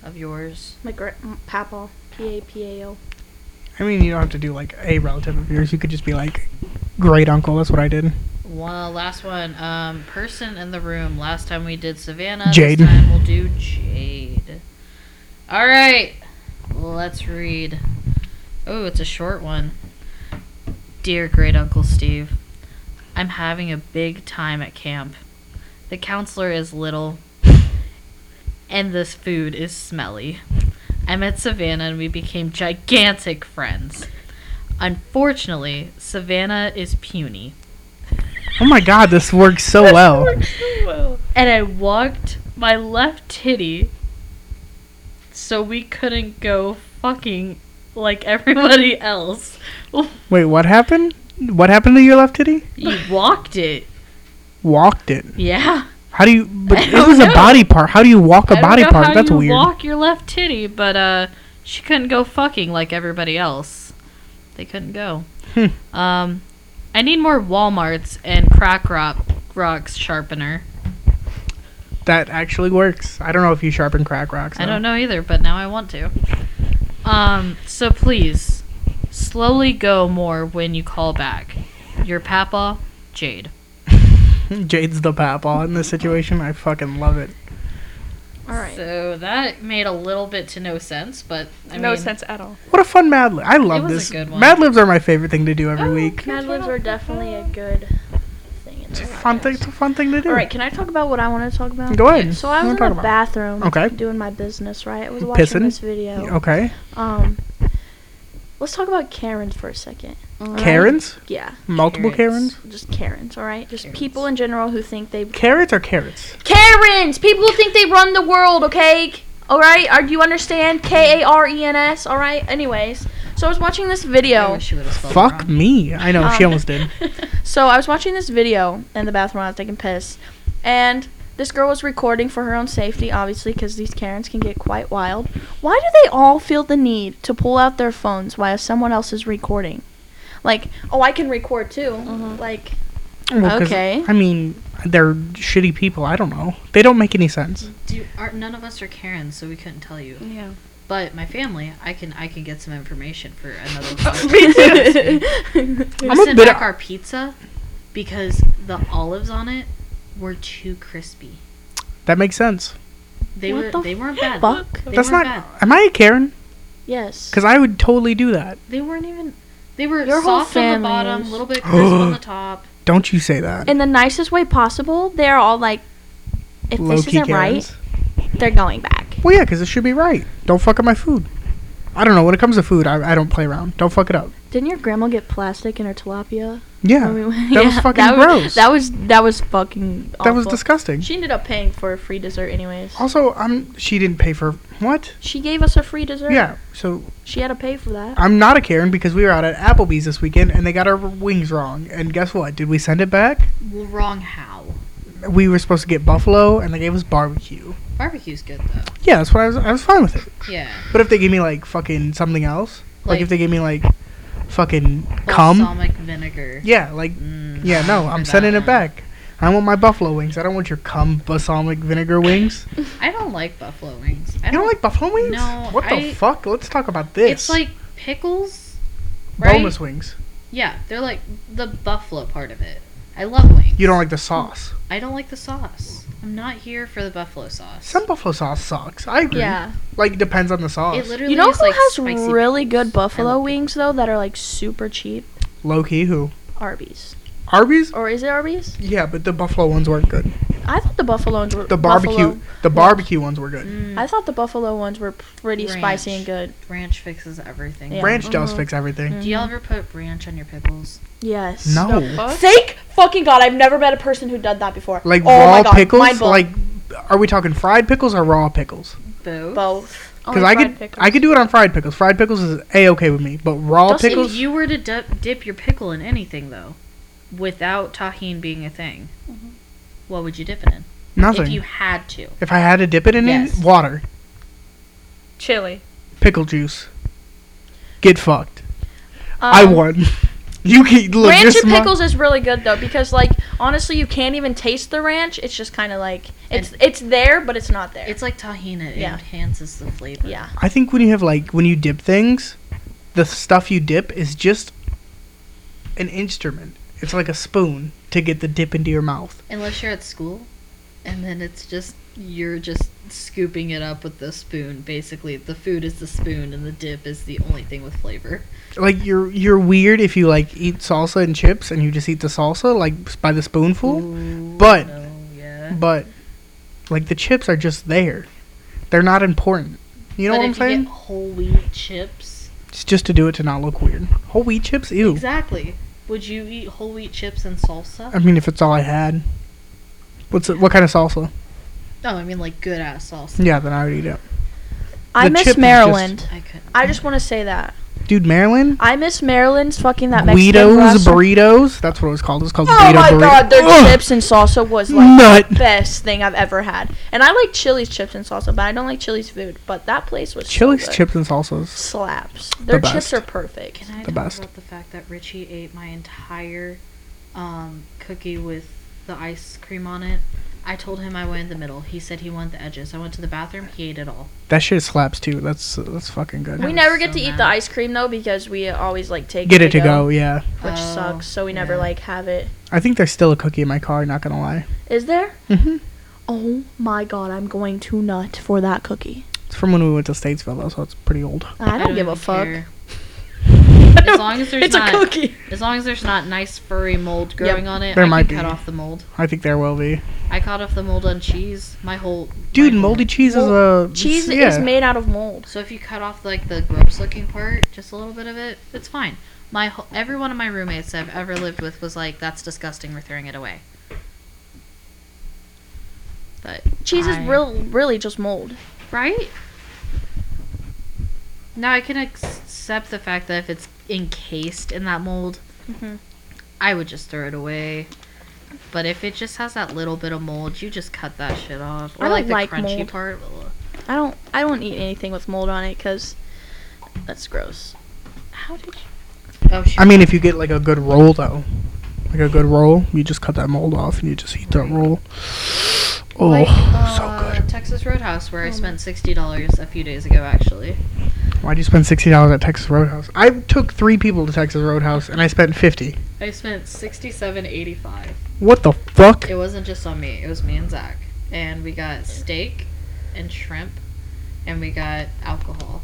C: of yours?
A: My gra- m- papa. P A P A O.
B: I mean, you don't have to do like a relative of yours. You could just be like great uncle. That's what I did.
C: One last one. Um, person in the room. Last time we did Savannah.
B: Jade.
C: This time we'll do Jade. All right. Let's read. Oh, it's a short one. Dear great uncle Steve, I'm having a big time at camp. The counselor is little, and this food is smelly. I met Savannah and we became gigantic friends. Unfortunately, Savannah is puny.
B: Oh my god, this works so well.
D: well.
C: and I walked my left titty so we couldn't go fucking like everybody else.
B: Wait, what happened? What happened to your left titty?
C: You walked it.
B: Walked it.
C: Yeah.
B: How do you? But
C: I
B: it
C: don't
B: was a
C: know.
B: body part. How do you walk a
C: I don't
B: body
C: know
B: part?
C: how
B: That's
C: you
B: weird.
C: walk your left titty, but uh she couldn't go fucking like everybody else. They couldn't go.
B: Hmm.
C: Um I need more Walmarts and crack rock rocks sharpener.
B: That actually works. I don't know if you sharpen crack rocks.
C: I
B: though.
C: don't know either, but now I want to. Um, so please, slowly go more when you call back. Your papa, Jade.
B: Jade's the papal in this situation. I fucking love it.
A: All right.
C: So that made a little bit to no sense, but I
D: no
C: mean,
D: sense at all.
B: What a fun Mad Lib. I love
C: was a
B: this.
C: good one.
B: Mad Libs are my favorite thing to do every
D: Oh,
B: week.
A: Mad Libs are definitely a good thing. In
B: It's a
A: the
B: fun thing. It's a fun thing to do.
A: All right, can I talk about what I want to talk about?
B: Go ahead.
A: So I was in
B: What do you
A: the
B: wanna talk
A: bathroom,
B: Okay.
A: doing my business. Right, I was watching
B: Pissing?
A: this video.
B: about? Okay.
A: Um, let's talk about Karens for a second.
B: Mm-hmm.
A: alright?
B: Karens?
A: Yeah,
B: Multiple
C: Carrots.
B: Karens?
A: just Karens. All right, just
C: Karens.
A: people in general who think they
B: Carrots or carrots?
A: Karens. People who think they run the world. Okay. All right. Are do you understand? K A R E N S. All right. Anyways, so I was watching this
C: I
A: video.
C: wish you would've spelled it
B: Fuck
C: wrong.
B: me. I know. she
A: Um,
B: almost did.
A: So I was watching this video in the bathroom while I was taking piss, and this girl was recording for her own safety, obviously, because these Karens can get quite wild. Why do they all feel the need to pull out their phones while someone else is recording? Like, oh, I can record too. Like,
B: Well, 'cause,
A: okay.
B: I mean, they're shitty people. I don't know. They don't make any sense.
C: Do, are, none of us are Karen, so we couldn't tell you.
D: Yeah.
C: But my family, I can I can get some information for another.
D: Me
C: podcast. We
B: I'm a
C: sent
B: bit-
C: back our pizza because the olives on it were too crispy.
B: That makes sense.
C: They
A: What
C: were
A: the
C: they weren't bad.
A: fuck?
C: They
B: That's not.
C: weren't bad.
B: Am I a Karen?
A: yes.
B: Because I would totally do that.
C: They weren't even. They were
A: Your whole
C: soft on the
A: family
C: bottom, a
A: is-
C: little bit crisp on the top.
B: Don't you say that.
A: In the nicest way possible, they're all like, if this
B: Low-key
A: isn't right,
B: Karens.
A: they're going back.
B: Well, yeah, because it should be right. Don't fuck up my food. I don't know. When it comes to food, I, I don't play around. Don't fuck it up.
A: Didn't your grandma get plastic in her tilapia?
B: Yeah.
A: When we went-
B: that was fucking
A: that
B: gross.
A: Was, that was that was fucking. Awful.
B: that was disgusting. Oh.
A: She ended up paying for a free dessert, anyways.
B: also, I'm. She didn't pay for what?
A: She gave us a free dessert.
B: Yeah. So
A: She had to pay for that.
B: I'm not a Karen because we were out at Applebee's this weekend and they got our wings wrong. And guess what? Did we send it back?
C: Well, wrong how?
B: We were supposed to get buffalo and they gave us barbecue.
C: Barbecue's good though.
B: Yeah, that's what I was. I was fine with it.
C: Yeah.
B: But if they gave me like fucking something else, like,
C: Like-
B: if they gave me like fucking cum,
C: Balsamic vinegar.
B: yeah, like
C: Mm,
B: yeah,
C: I
B: no,
C: remember
B: I'm
C: that
B: sending it
C: one.
B: back. I want my buffalo wings. I don't want your cum balsamic vinegar wings.
C: I don't like buffalo wings. I
B: You don't like buffalo wings?
C: No,
B: What the
C: I-
B: fuck? Let's talk about this.
C: It's like pickles. Right?
B: boneless wings.
C: Yeah, they're like the buffalo part of it. I love wings.
B: You don't like the sauce.
C: I don't like the sauce. I'm not here for the buffalo sauce.
B: Some buffalo sauce sucks. I agree.
A: Yeah.
B: Like depends on the sauce.
C: It literally
A: You know
C: is,
A: who
C: like,
A: has
C: spicy
A: really
C: pickles.
A: good
C: I
A: buffalo
C: love
A: wings though that are like super cheap?
B: Low key, who?
A: Arby's.
B: Arby's?
A: Or is it Arby's?
B: Yeah, but the buffalo ones weren't good.
A: I thought the buffalo ones were
B: The barbecue,
A: buffalo-
B: the barbecue ones were good.
C: Mm,
A: I thought the buffalo ones were pretty spicy and good.
C: ranch fixes everything.
A: Yeah.
B: Ranch does
D: Mhm.
B: fix everything.
C: Do y'all ever put ranch on your pickles?
A: Yes.
B: No,
D: The fuck?
A: Thank fucking god! I've never met a person who did that before.
B: like
A: Oh my
B: raw
A: God, mind
B: pickles.
A: blown.
B: Like, are we talking fried pickles or raw pickles?
C: Both.
A: both.
B: Because I could, I could do it on fried pickles. Fried pickles is a okay with me, but raw
A: Dusty,
B: pickles.
C: If you were to dip, dip your pickle in anything, though, without tahini being a thing,
A: Mm-hmm.
C: what would you dip it in?
B: Nothing. If,
C: If you had to.
B: I had to dip it in
C: Yes.
B: it, water,
D: Chili.
B: pickle juice. Get fucked. I
A: Um,
B: won. you can look. you're
A: ranch and
B: smart.
A: pickles is really good though because like honestly you can't even taste the ranch. It's just kind of like it's it's there but it's not there.
C: It's like tahini. It
A: Yeah.
C: enhances the flavor.
A: yeah.
B: I think when you have like when you dip things, the stuff you dip is just an instrument. It's like a spoon to get the dip into your mouth.
C: Unless you're at school, and then it's just, you're just scooping it up with the spoon. Basically, the food is the spoon, and the dip is the only thing with flavor.
B: Like you're you're weird if you like eat salsa and chips and you just eat the salsa like s- by the spoonful,
C: Ooh,
B: but-
C: No, yeah.
B: but like the chips are just there. They're not important. You know
C: but
B: what I'm
C: if
B: saying?
C: You get whole wheat chips.
B: It's just to do it to not look weird. Whole wheat chips? Ew.
C: Exactly. Would you eat whole wheat chips and salsa?
B: I mean, if it's all I had. What's it, what kind of salsa?
C: No, I mean like good ass salsa.
B: Yeah, then I would eat it.
A: I
B: The chip
A: miss
B: is
A: Maryland.
C: I couldn't.
A: I just want to say that.
B: Dude, Maryland?
A: I miss Maryland's fucking that Mexican
B: Guidos,
A: restaurant.
B: burritos. That's what it was called. It was called
A: Oh
B: Guido
A: my
B: burrito.
A: god, their
B: Ugh,
A: chips and salsa was like
B: nut.
A: best thing I've ever had. And I like Chili's chips and salsa, but I don't like Chili's food. But that place was so
B: Chili's
A: good.
B: chips and salsas.
A: slaps. Their
B: best.
A: chips are perfect.
C: Can I
B: The
C: talk
B: best.
C: about the fact that Richie ate my entire um, cookie with the ice cream on it? I told him I went in the middle. He said he wanted the edges. I went to the bathroom. He ate it all.
B: That shit slaps too. That's that's fucking good.
A: We
C: I'm
A: never get
C: so
A: to eat
C: mad.
A: the ice cream though because we always like take
B: Get it to go. Yeah.
A: which
C: Oh,
A: sucks. So we never
C: yeah.
A: like have it.
B: I think there's still a cookie in my car. Not gonna lie.
A: Is there?
B: Mm-hmm.
A: Oh my god, I'm going to nut for that cookie.
B: It's from when we went to Statesville, though, so it's pretty old.
A: I don't, give a
C: even
A: fuck.
C: care.
A: don't-
C: As long as there's
A: It's
C: not-
A: a cookie.
C: As long as there's not nice furry mold growing on it,
B: There
C: I
B: might
C: can
B: be.
C: cut off the mold.
B: I think there will be.
C: I cut off the mold on cheese. My whole
B: Dude,
C: my whole-
B: moldy cheese is a
A: Cheese
B: yeah.
A: is made out of mold.
C: So if you cut off like the gross looking part, just a little bit of it, it's fine. My whole, every one of my roommates I've ever lived with was like, "That's disgusting. We're throwing it away." But
A: Cheese is
C: I-
A: real, really just mold.
C: right? Now I can accept the fact that if it's encased in that mold,
A: Mhm.
C: I would just throw it away. But if it just has that little bit of mold, you just cut that shit off. Or
A: I
C: like
A: don't
C: the
A: like
C: crunchy
A: mold.
C: part. Ugh.
A: I don't, I don't eat anything with mold on it because that's gross. How did you?
C: Oh, shoot.
B: I mean, if you get like a good roll though, like a good roll, you just cut that mold off and you just eat that roll. Oh,
C: Like,
B: so
C: uh,
B: good.
C: Texas Roadhouse,
A: Oh.
C: where I spent sixty dollars a few days ago, actually.
B: Why'd you spend sixty dollars at Texas Roadhouse? I took three people to Texas Roadhouse and I spent fifty.
C: I spent sixty-seven eighty-five.
B: What the fuck?
C: It wasn't just on me; it was me and Zach, and we got steak and shrimp, and we got alcohol.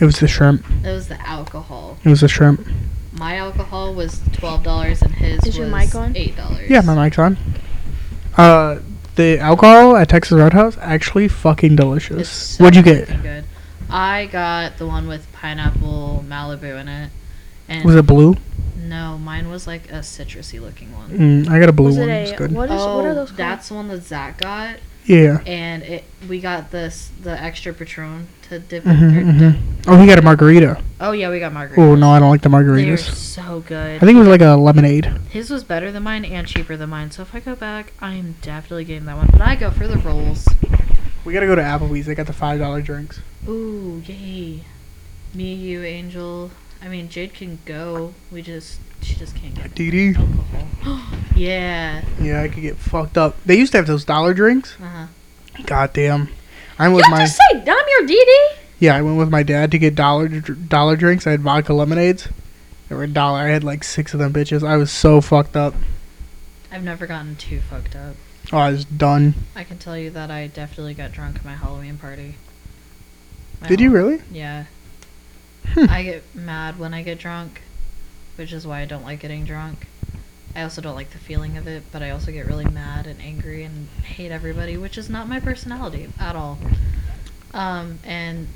B: It was the shrimp.
C: It was the alcohol.
B: It was the shrimp.
C: My alcohol was twelve dollars, and his
A: Is
C: was
A: your mic on?
C: eight dollars.
B: Yeah, my mic's on. Uh, the alcohol at Texas Roadhouse actually fucking delicious.
C: It's so
B: What'd you get?
C: fucking Good. I got the one with pineapple Malibu in it, and
B: Was it blue?
C: no, mine was like a citrusy looking one.
B: Mm, I got a blue
A: Was
B: one.
A: it
B: It's
A: a
B: good.
A: what is?
C: oh,
A: what are those called?
C: that's the one that Zach got.
B: Yeah.
C: and it we got this the extra patron to dip in.
B: hmm
C: or
B: hmm
C: dip-
B: Oh, we got a margarita.
C: Oh yeah, we got margaritas.
B: Oh no, I don't like the
C: They were
B: margaritas.
C: so good.
B: I think it was like a lemonade.
C: His was better than mine and cheaper than mine. So if I go back, I am definitely getting that one. But I go for the rolls.
B: We gotta go to Applebee's. They got the five dollar drinks.
C: Ooh yay! Me, you, Angel. I mean Jade can go. We just she just can't get
B: Dee Dee.
C: alcohol. yeah.
B: Yeah, I could get fucked up. They used to have those dollar drinks.
C: Uh huh.
B: Goddamn. I went
A: you
B: with
A: have
B: my
A: to say, damn your DD.
B: yeah. I went with my dad to get dollar dr- dollar drinks. I had vodka lemonades. They were a dollar. I had like six of them bitches. I was so fucked up.
C: I've never gotten too fucked up.
B: Oh, I was done.
C: I can tell you that I definitely got drunk at my Halloween party. My
B: Did you really?
C: Yeah.
B: Hmm.
C: I get mad when I get drunk, which is why I don't like getting drunk. I also don't like the feeling of it, but I also get really mad and angry and hate everybody, which is not my personality at all. Um, and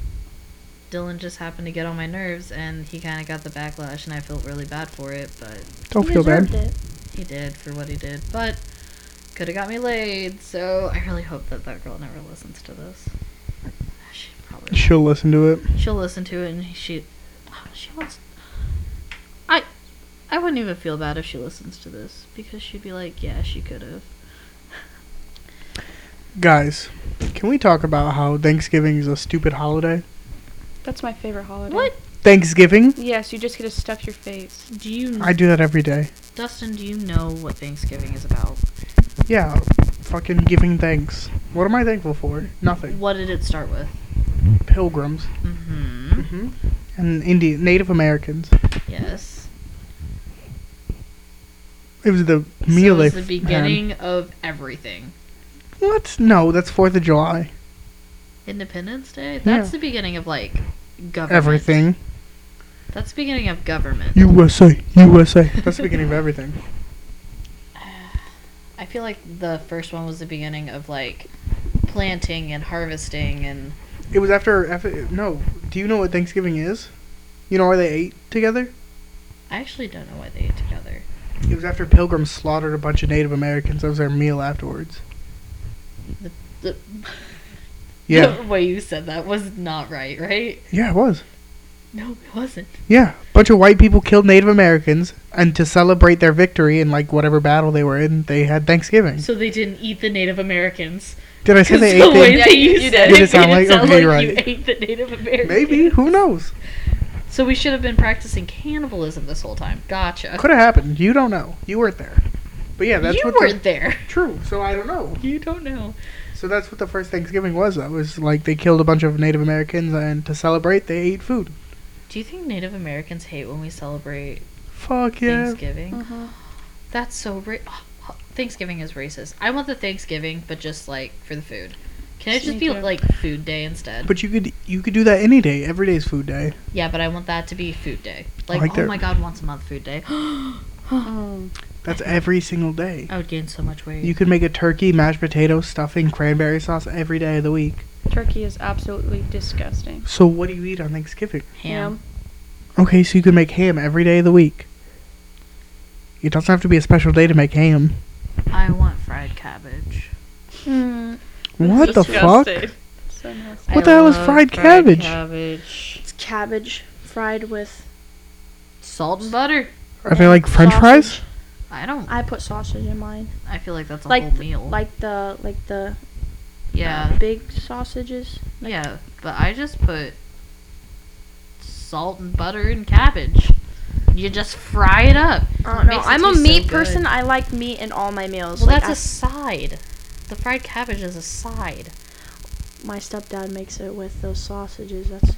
C: Dylan just happened to get on my nerves, and he kind of got the backlash, and I felt really bad for it, but
B: Don't
A: You
B: feel bad.
A: deserved it.
C: he did for what he did. But could have got me laid, so I really hope that that girl never listens to this. She probably
B: She'll listen to it.
C: she'll listen to it and she she wants i i wouldn't even feel bad if she listens to this because she'd be like yeah she could have
B: Guys, can we talk about how Thanksgiving is a stupid holiday?
D: That's my favorite holiday.
C: what
B: Thanksgiving?
D: Yes, you just get to stuff your face.
C: do you
B: I do that every day.
C: dustin do you know what thanksgiving is about
B: Yeah, fucking giving thanks. What am I thankful for? Nothing.
C: what did it start with
B: Pilgrims
C: mm-hmm
B: mm-hmm. and Indian Native Americans.
C: yes
B: It was the
C: So
B: meal they
C: it's the
B: f-
C: beginning of everything
B: had. What? No, that's Fourth of July.
C: independence day that's the beginning of like government
B: Everything.
C: that's the beginning of government
B: USA, USA. That's the beginning of everything.
C: i feel like the first one was the beginning of like planting and harvesting and
B: It was after, after. No, do you know what Thanksgiving is? You know where they ate together?
C: I actually don't know why they ate together.
B: It was after Pilgrim slaughtered a bunch of Native Americans. That was their meal afterwards.
C: The,
B: Yeah.
C: the way you said that was not right, right?
B: yeah, it was.
C: No, it wasn't.
B: Yeah. Bunch of white people killed Native Americans, and to celebrate their victory in like whatever battle they were in, they had Thanksgiving.
C: So they didn't eat the Native Americans.
B: Did I say
C: 'Cause
B: they
C: the
B: ate
C: way
B: it?
D: Yeah,
C: that
D: you
C: you
D: did.
C: said
B: Did it
C: it
B: sound
C: made
B: like-
C: it sound
B: okay,
C: like you
B: right.
C: ate the Native Americans.
B: Maybe. Who knows?
C: So we should have been practicing cannibalism this whole time. Gotcha.
B: Could have happened. You don't know. You weren't there. But yeah, that's
C: you
B: what the-
C: weren't there.
B: true. So I don't know.
C: You don't know.
B: So that's what the first Thanksgiving was. That was like they killed a bunch of Native Americans, and to celebrate, they ate food.
C: Do you think Native Americans hate when we celebrate
B: Fuck yeah.
C: Thanksgiving?
D: Mm-hmm.
A: Uh-huh.
C: That's so ra- oh, Thanksgiving is racist. I want the Thanksgiving, but just like for the food. Can it just
A: Me
C: be
A: too.
C: like food day instead?
B: But you could you could do that any day. Every day's food day.
C: Yeah, but I want that to be food day. Like,
B: like
C: oh
B: that.
C: my god, once a month food day.
D: Mm.
B: That's every single day.
C: I would gain so much weight.
B: You could make a turkey, mashed potatoes, stuffing, cranberry sauce every day of the week.
D: Turkey is absolutely disgusting.
B: So what do you eat on Thanksgiving?
C: Ham.
B: Okay, so you could make ham every day of the week. It doesn't have to be a special day to make ham.
C: I want fried cabbage.
A: Mm.
B: What the fuck?
D: Disgusting. So nasty.
B: What
C: I
B: the hell is
C: love
B: fried cabbage?
C: Cabbage.
A: It's cabbage fried with.
C: Salt and butter.
B: Are they like French fries?
A: sausage.
C: I don't.
A: I put sausage in mine.
C: I feel like that's a
A: Like
C: whole
A: th-
C: meal.
A: Like the like the
C: yeah,
A: big sausages.
C: yeah. But I just put salt and butter and cabbage. You just fry it up.
A: I don't know.
C: Makes it
A: I'm a
C: taste so
A: meat
C: good.
A: person. I like meat in all my meals.
C: Well,
A: like
C: that's a side. The fried cabbage is a side.
A: I- my stepdad makes it with those sausages. That's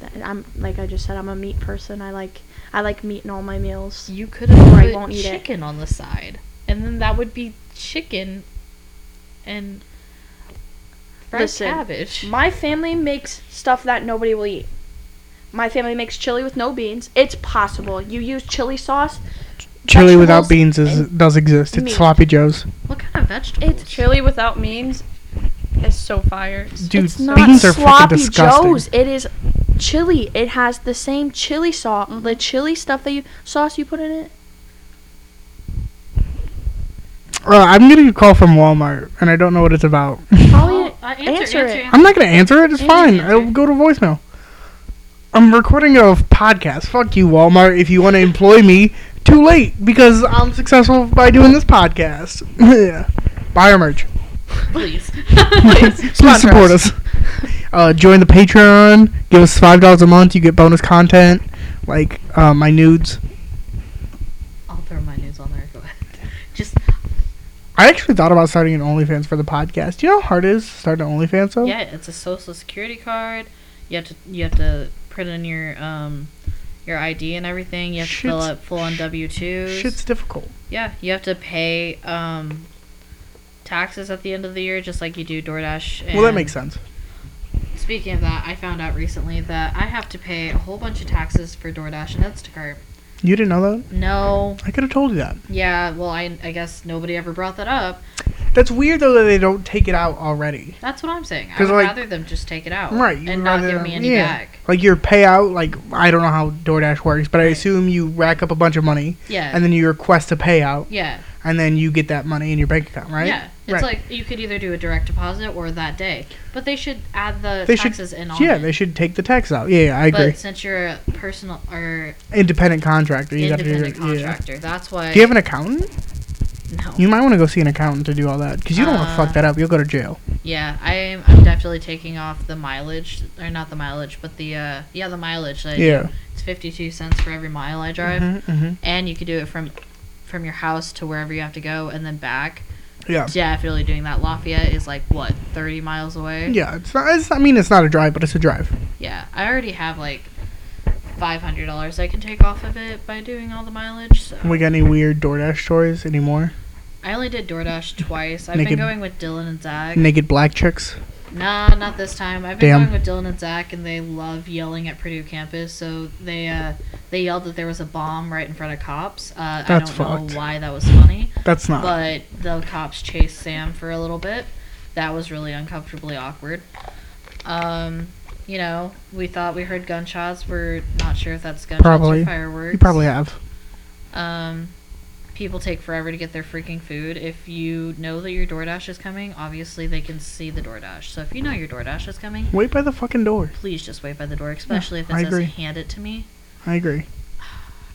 A: that, I'm like I just said. I'm a meat person. I like I like meat in all my meals.
C: You could have
A: Or I
C: put
A: won't eat it.
C: chicken on the side, and then that would be chicken and fried
A: Listen,
C: cabbage.
A: My family makes stuff that nobody will eat. My family makes chili with no beans. It's possible. You use chili sauce.
B: Chili without
A: vegetables,
B: beans is,
A: and
B: does exist. It's
A: meat.
B: sloppy joe's.
C: what kind of vegetables?
D: Chili without means is so fire.
B: Dude,
A: it's not
B: beans are fucking
A: sloppy
B: disgusting.
A: joes. It is chili. It has the same chili sauce, the chili stuff that you sauce you put in it.
B: Uh, I'm getting a call from Walmart, and I don't know what it's about.
A: Probably
C: uh,
A: answer it.
B: I'm not gonna answer it. It's
C: Yeah,
B: fine.
C: answer.
B: It'll go to voicemail. I'm recording a podcast. Fuck you, Walmart. If you want to employ me, too late because I'm successful by doing this podcast. yeah. Buy our merch.
C: please.
B: Please support us. Uh, join the Patreon. Give us five dollars a month. You get bonus content like uh, my nudes.
C: I'll throw my news on there. Go ahead. Just
B: I actually thought about starting an OnlyFans for the podcast. Do you know how hard it is to start an OnlyFans though?
C: yeah, it's a social security card. You have to you have to print in your um your ID and everything. You have to fill
B: Shit's-
C: out full on W twos.
B: Shit's difficult.
C: Yeah, you have to pay um taxes at the end of the year, just like you do DoorDash. And
B: Well, that makes sense.
C: Speaking of that, I found out recently that I have to pay a whole bunch of taxes for DoorDash and Instacart.
B: You didn't know that?
C: No,
B: I could have told you that.
C: yeah, well, I I guess nobody ever brought that up.
B: That's weird though that they don't take it out already.
C: That's what I'm saying. I
B: 'Cause,
C: would
B: like-
C: rather them just take it out,
B: Right, you
C: and
B: would
C: not
B: rather
C: give
B: them-
C: me any
B: yeah.
C: back.
B: Like your payout, like I don't know how DoorDash works, but I assume you rack up a bunch of money
C: Yeah,
B: and then you request a payout
C: yeah.
B: and then you get that money in your bank account, right?
C: Yeah, it's
B: Right.
C: like you could either do a direct deposit or that day, but they should add the
B: They should-
C: taxes in on
B: Yeah,
C: it.
B: they should take the tax out. Yeah, yeah I agree.
C: But since you're a personal or
B: Independent contractor, you gotta do your,
C: independent
B: yeah.
C: contractor, that's why.
B: Do you have an accountant?
C: no.
B: You might want to go see an accountant to do all that because you don't want to
C: Uh,
B: fuck that up. You'll go to jail.
C: yeah, I'm I'm definitely taking off the mileage or not the mileage, but the uh yeah the mileage. Like,
B: Yeah.
C: it's fifty two cents for every mile I drive,
B: Mhm, mhm.
C: and you could do it from from your house to wherever you have to go and then back.
B: Yeah.
C: Definitely doing that. Lafayette is like what thirty miles away.
B: Yeah. It's not. It's, I mean, it's not a drive, but it's a drive.
C: Yeah, I already have like five hundred dollars I can take off of it by doing all the mileage. So
B: We got any weird DoorDash stories anymore?
C: I only did DoorDash twice. I've
B: Naked-
C: been going with Dylan and Zach.
B: Naked black chicks.
C: Nah, not this time. I've been
B: Damn.
C: going with Dylan and Zach, and they love yelling at Purdue campus. So they uh, they yelled that there was a bomb right in front of cops. Uh, I don't
B: That's fucked.
C: know why that was funny,
B: That's not.
C: but the cops chased Sam for a little bit. That was really uncomfortably awkward. Um, you know, we thought we heard gunshots. We're not sure if that's gunshots
B: Probably.
C: or
B: You
C: fireworks.
B: You probably have.
C: Um, people take forever to get their freaking food. If you know that your DoorDash is coming, obviously they can see the DoorDash. So if you know your DoorDash is coming,
B: Wait by the fucking door.
C: please just wait by the door, especially if it
B: I
C: says
B: agree.
C: hand it to me.
B: I agree.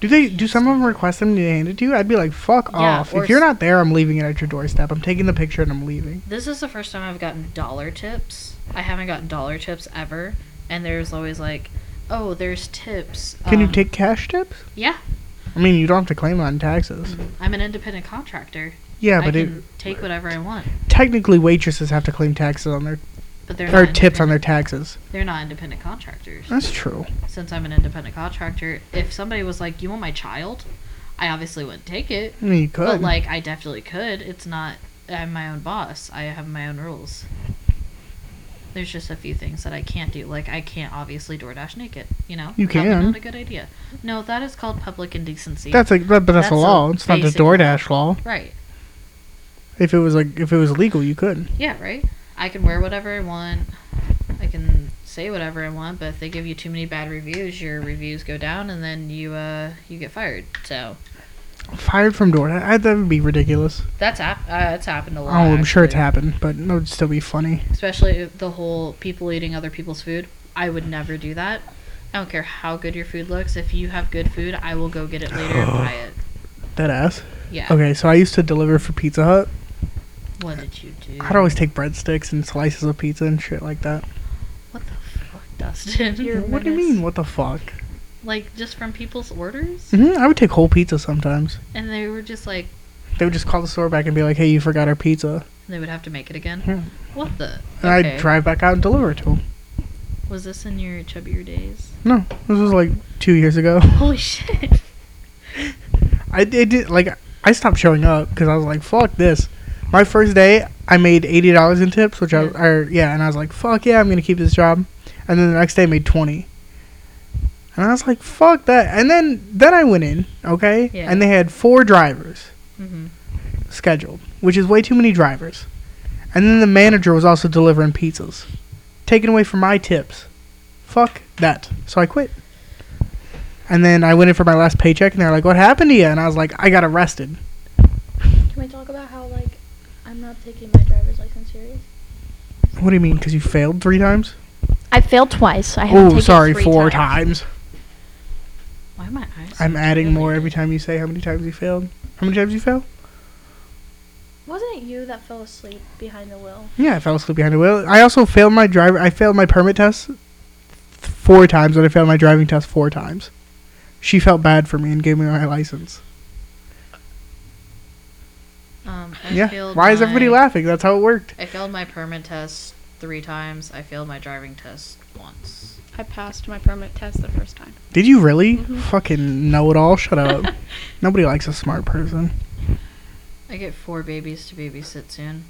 B: Do they? Do some of them request them to hand it to you? I'd be like, fuck
C: Yeah,
B: off.
C: or
B: If you're
C: s-
B: not there, I'm leaving it at your doorstep. I'm taking the picture and I'm leaving.
C: This is the first time I've gotten dollar tips. I haven't gotten dollar tips ever, and there's always like, oh, there's tips.
B: Can you
C: um,
B: take cash tips?
C: Yeah,
B: I mean, you don't have to claim it on taxes.
C: I'm an independent contractor.
B: Yeah,
C: Mm. I
B: but it,
C: can take whatever I want,
B: technically waitresses have to claim taxes on their
C: but they're
B: or
C: not
B: tips on
C: independent-
B: their taxes.
C: They're not independent contractors.
B: That's true.
C: since I'm an independent contractor, if somebody was like, "You want my child?" I obviously wouldn't take it,
B: I mean, you could.
C: but like I definitely could. It's not. I'm my own boss. I have my own rules. There's just a few things that I can't do. Like I can't obviously DoorDash naked. You know,
B: You
C: Probably
B: can.
C: Not a good idea. No, that is called public indecency.
B: that's like, but, but that's,
C: That's
B: a
C: a
B: law. It's not the
C: basic law.
B: DoorDash law.
C: right.
B: If it was like, if it was legal, you could.
C: Yeah. Right. I can wear whatever I want. I can say whatever I want, but if they give you too many bad reviews, your reviews go down, and then you uh you get fired. So
B: Fired from DoorDash, I- that would be ridiculous.
C: that's hap- uh, it's happened a
B: Oh,
C: lot.
B: I'm sure it's
C: actually.
B: happened, but it would still be funny.
C: especially the whole people eating other people's food. I would never do that. I don't care how good your food looks. If you have good food, I will go get it later and buy it.
B: That ass.
C: Yeah.
B: Okay, so I used to deliver for Pizza Hut.
C: What did you do?
B: I'd always take breadsticks and slices of pizza and shit like that.
C: What the fuck, Dustin?
A: You're-
B: what do you
A: menace.
B: mean? What the fuck?
C: like just from people's orders,
B: hmm I would take whole pizza sometimes.
C: and they were just like
B: They would just call the store back and be like, "Hey, you forgot our pizza,"
C: they would have to make it again.
B: Yeah.
C: What the?
B: Mm-hmm. and I'd drive back out and deliver it to them.
C: Was this in your chubbier days?
B: No, this was like two years ago.
C: Holy shit!
B: I did did- like I stopped showing up because I was like, "Fuck this." My first day, I made eighty dollars in tips, which I,
C: Yeah.
B: I yeah, and I was like, "Fuck yeah, I'm gonna keep this job." And then the next day, I made twenty, and I was like, "Fuck that." And then then I went in, okay,
C: Yeah.
B: and they had four drivers
C: hmm
B: scheduled, which is way too many drivers. And then the manager was also delivering pizzas, taken away from my tips. Fuck that. So I quit. And then I went in for my last paycheck, and they're like, "What happened to you?" And I was like, "I got arrested."
A: Can we talk about how like I'm not taking my driver's license serious?
B: What do you mean? Because you failed three times?
A: I failed twice. I
B: Oh, sorry, four times.
C: Why am I eyes?
B: I'm adding more every
C: time.
B: time you say how many times you failed. How many times you failed?
A: Wasn't it you that fell asleep behind the wheel?
B: Yeah, I fell asleep behind the wheel. I also failed my driver. I failed my permit test th- four times, and I failed my driving test four times. She felt bad for me and gave me my license.
C: Um, I
B: yeah.
C: failed
B: Why is everybody
C: my-
B: laughing? That's how it worked.
C: I failed my permit test three times. I failed my driving test once.
D: I passed my permit test the first time.
B: Did you really?
A: Mm-hmm.
D: Mhm.
B: Fucking know it all. Shut up. Nobody likes a smart person.
C: I get four babies to babysit soon.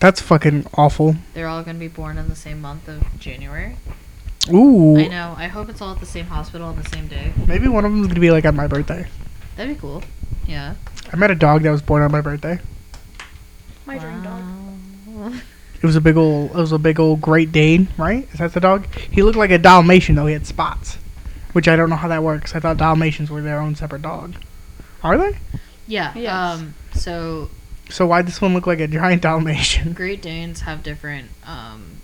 B: That's fucking awful.
C: They're all gonna be born in the same month of January.
B: Ooh.
C: I know. I hope it's all at the same hospital on the same day.
B: Maybe one of them's gonna be like on my birthday.
C: That'd be cool. Yeah.
B: I met a dog that was born on my birthday.
A: My dream dog.
C: Wow.
B: It was a big old, it was a big old Great Dane, right? Is that the dog? He looked like a Dalmatian though. He had spots, which I don't know how that works. I thought Dalmatians were their own separate dog. Are they?
C: Yeah.
D: Yes.
C: Um. So
B: So why this one look like a giant Dalmatian?
C: Great Danes have different um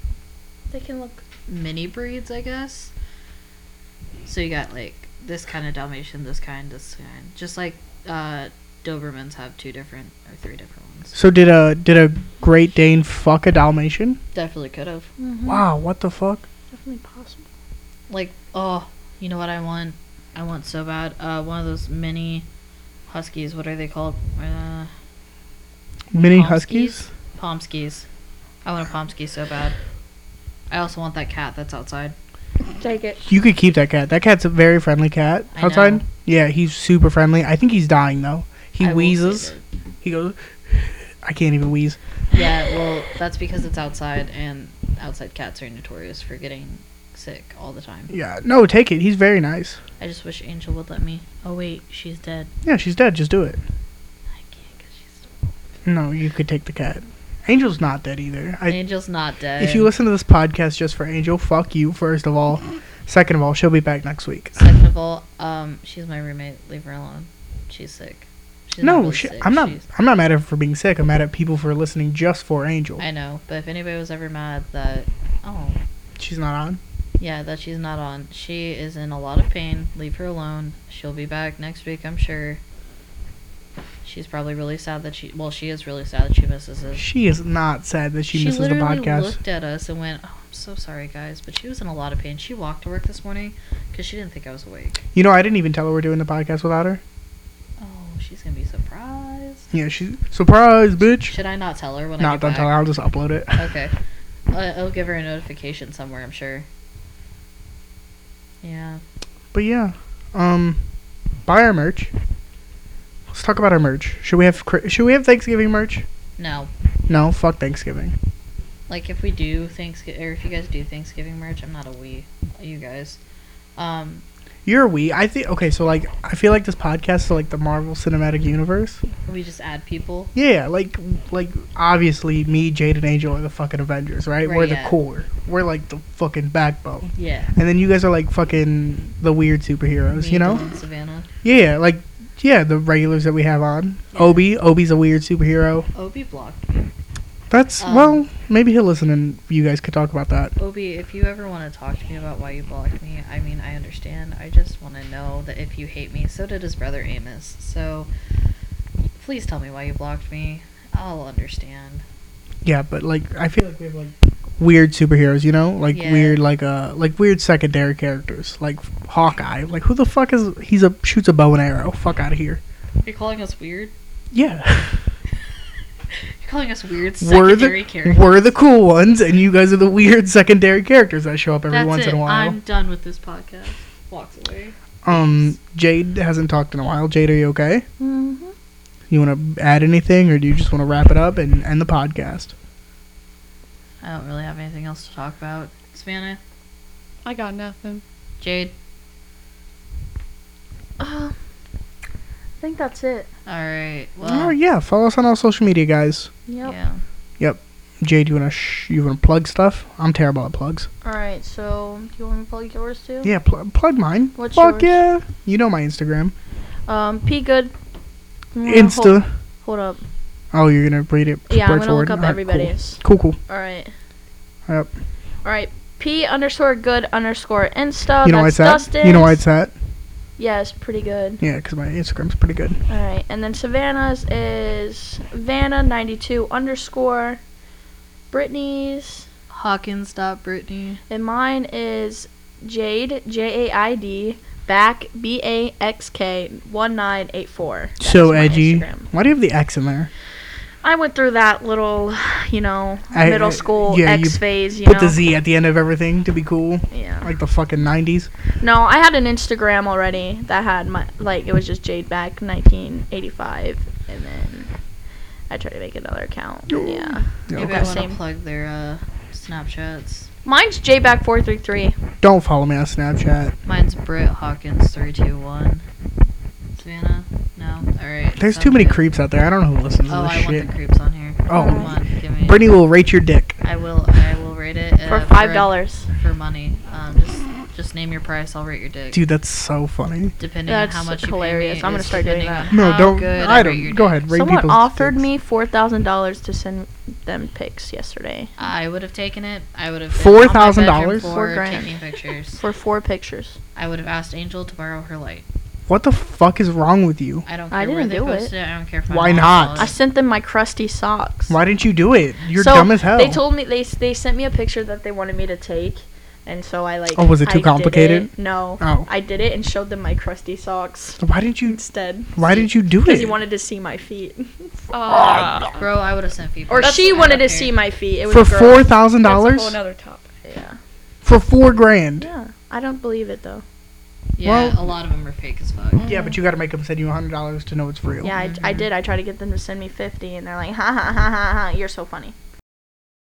A: They can look.
C: mini breeds, I guess. So you got like this kind of Dalmatian, this kind, this kind. Just like uh, Dobermans have two different or three different ones.
B: So did a did a Great Dane fuck a Dalmatian?
C: Definitely could have.
A: Mm-hmm.
B: Wow, what the fuck?
A: Definitely possible.
C: like oh you know what i want i want so bad uh one of those mini huskies what are they called uh
B: Mini
C: Pomskis?
B: huskies?
C: pomskis i want a pomski so bad i also want that cat that's outside
A: Take it.
B: You could keep that cat. That cat's a very friendly cat.
C: I know.
B: Outside, yeah, he's super friendly. I think he's dying though. He
C: I will
B: wheezes.
C: save it.
B: He goes. I can't even wheeze.
C: yeah well that's because it's outside and outside cats are notorious for getting sick all the time
B: Yeah, no, take it. He's very nice.
C: i just wish angel would let me oh wait she's dead
B: Yeah, she's dead. Just do it.
C: i can't because she's
B: No, you could take the cat. Angel's not dead either. I,
C: Angel's not dead.
B: if you listen to this podcast just for Angel, fuck you, first of all. Second of all, she'll be back next week.
C: Second of all, um, she's my roommate. Leave her alone. She's sick. She's not
B: no,
C: really
B: she,
C: sick.
B: I'm not.
C: She's-
B: I'm not mad at her for being sick. I'm mad at people for listening just for Angel.
C: I know, but if anybody was ever mad that, oh,
B: She's not on.
C: yeah, that she's not on, she is in a lot of pain. Leave her alone. She'll be back next week, I'm sure. She's probably really sad that she. Well, she is really sad that she misses us.
B: She is not sad that she, misses the
C: literally
B: podcast.
C: looked at us and went, "Oh, I'm so sorry, guys," but she was in a lot of pain. She walked to work this morning because she didn't think I was awake.
B: You know, I didn't even tell her we're doing the podcast without her.
C: Oh, she's gonna be surprised.
B: Yeah, she's surprise, bitch.
C: Should I not tell her when I
B: Not
C: get
B: don't
C: back?
B: tell her. I'll just upload it.
C: Okay. Uh, it'll give her a notification somewhere, I'm sure. Yeah.
B: But yeah, um, buy our merch. Let's talk about our merch. Should we have Chri- Should we have Thanksgiving merch?
C: No.
B: No, fuck Thanksgiving.
C: Like if we do Thanksgiving, or if you guys do Thanksgiving merch, I'm not a we. You guys. Um.
B: You're we. I think okay. So like, I feel like this podcast is like the Marvel Cinematic Universe.
C: We just add people.
B: Yeah, like like obviously me, Jade, and Angel are the fucking Avengers, right?
C: Right,
B: We're the
C: yeah.
B: core. We're like the fucking backbone.
C: Yeah.
B: And then you guys are like fucking the weird superheroes,
C: Me,
B: you know?
C: Dylan, Savannah.
B: Yeah, like yeah, the regulars that we have on. Obi, Obi's a weird superhero.
C: Obi blocked.
B: That's
C: Um,
B: well, maybe he'll listen and you guys could talk about that.
C: Obi, if you ever want to talk to me about why you blocked me, I mean, I understand. I just want to know that if you hate me, so did his brother Amos. So, please tell me why you blocked me. I'll understand.
B: Yeah, but like I feel like we have like weird superheroes, you know? Like
C: Yeah.
B: weird like uh like weird secondary characters, like Hawkeye. Like who the fuck is he's a shoots a bow and arrow. Fuck out of here.
C: You're calling us weird?
B: Yeah.
C: You're calling us weird
B: we're
C: secondary
B: the
C: characters.
B: we're the cool ones and you guys are the weird secondary characters that show up every
C: That's
B: once
C: it.
B: in a while.
C: I'm done with this podcast. Walks away.
B: Um, Jade hasn't talked in a while. Jade, are you okay?
D: Mm-hmm.
B: You want to add anything, or do you just want to wrap it up and end the podcast?
C: I don't really have anything else to talk about. Savannah,
D: I got nothing.
C: Jade.
A: Uh, I think that's it.
C: All right.
B: oh
C: Well,
B: yeah, follow us on all social media, guys.
A: Yep.
C: yeah.
B: Jade, you want to sh- you want to plug stuff? I'm terrible at plugs.
A: All right. So, do you want me to plug yours too?
B: Yeah, pl- plug mine.
A: What's yours?
B: Fuck yeah! You know my Instagram,
A: Um, P good. I'm gonna
B: Insta.
A: Hold, hold up.
B: Oh, you're gonna read it.
A: Yeah, I'm
B: word for
A: gonna
B: word?
A: look up
B: All right,
A: everybody's.
B: Cool, cool. cool.
A: All right.
B: Yep.
A: All right. P underscore good underscore Insta.
B: you know why
A: Oh, that's
B: it's at?
A: Dustin.
B: You know why it's at?
A: Yeah, it's pretty good.
B: Yeah, because my Instagram's pretty good.
A: All right, and then Savannah's is Vanna ninety two underscore. Brittany's
C: Hawkins. Stop, Brittany.
A: and mine is Jade J A I D back B A X K one nine eight four. That is
B: so
A: my
B: edgy.
A: Instagram.
B: Why do you have the X in there?
A: I went through that little, you know,
B: I- I-
A: middle school
B: yeah, you
A: X phase. You
B: Put
A: know.
B: the Z at the end of everything to be cool,
A: Yeah.
B: like the fucking '90s.
A: No, I had an Instagram already that had my like it was just Jade back 1985, and then I tried to make another account. Yeah,
B: Yeah,
C: Maybe
B: okay.
C: I want to
A: Same.
C: plug their uh, Snapchats.
A: mine's Jade back 433.
B: Don't follow me on Snapchat.
C: Mine's Britt Hawkins three two one. Savannah, no, all right.
B: There's
C: sounds
B: too many
C: good.
B: creeps out there. I don't know who listens
C: Oh,
B: to this
C: I
B: shit.
C: want the creeps on here.
B: Oh.
C: Come on, give me.
B: Brittany will rate your dick.
C: I will. I will rate it uh,
A: for five dollars.
C: for, money. Um, just just name your price. I'll rate your dick.
B: Dude, that's so funny.
C: depending on how
A: That's
C: much
A: hilarious.
C: You pay me
A: I'm gonna
C: is
A: start doing
C: depending
A: that.
C: on
B: No,
C: how
B: don't.
C: Good
B: I
C: rate your
B: don't. Go
C: dick.
B: ahead. Rate
A: Someone
B: people's
A: offered
B: dicks.
A: me four thousand dollars to send them pics yesterday
C: I would have taken it. I would have been
B: Four
C: on my
B: thousand
C: bedroom
B: dollars?
C: floor
A: Four grand.
C: Taking pictures.
A: for four pictures.
C: I would have asked Angel to borrow her light.
B: What the fuck is wrong with you?
C: I don't care
A: I
C: where
A: didn't
C: they
A: do it.
C: posted it. I don't care if my
B: Why
C: mom
B: not?
C: saw
A: I
C: it.
A: sent them my crusty socks.
B: Why didn't you do it? You're
A: So,
B: dumb as hell.
A: They told me they s- they sent me a picture that they wanted me to take, and so I like.
B: Oh, was it too
A: I did
B: complicated?
A: No,
B: Oh.
A: I did it and showed them my crusty socks
B: So why didn't you?
A: instead.
B: Why didn't you do
A: Because he
B: it?
A: wanted to see my feet,
D: Ah,
C: Bro, I would have sent people.
A: or
D: That's-
A: she
D: I
A: wanted to
C: don't care.
A: see my feet. It was
B: For
A: a girl.
B: four thousand
D: that's a whole
B: dollars?
D: another topic.
A: Yeah,
B: For four grand?
A: yeah. I don't believe it though.
C: Yeah,
B: Well-
C: a lot of them are fake as fuck.
B: Yeah, but you gotta make them send you hundred dollars to know it's real.
A: Yeah, I, I did. I tried to get them to send me fifty, and they're like, ha ha ha ha ha. You're so funny.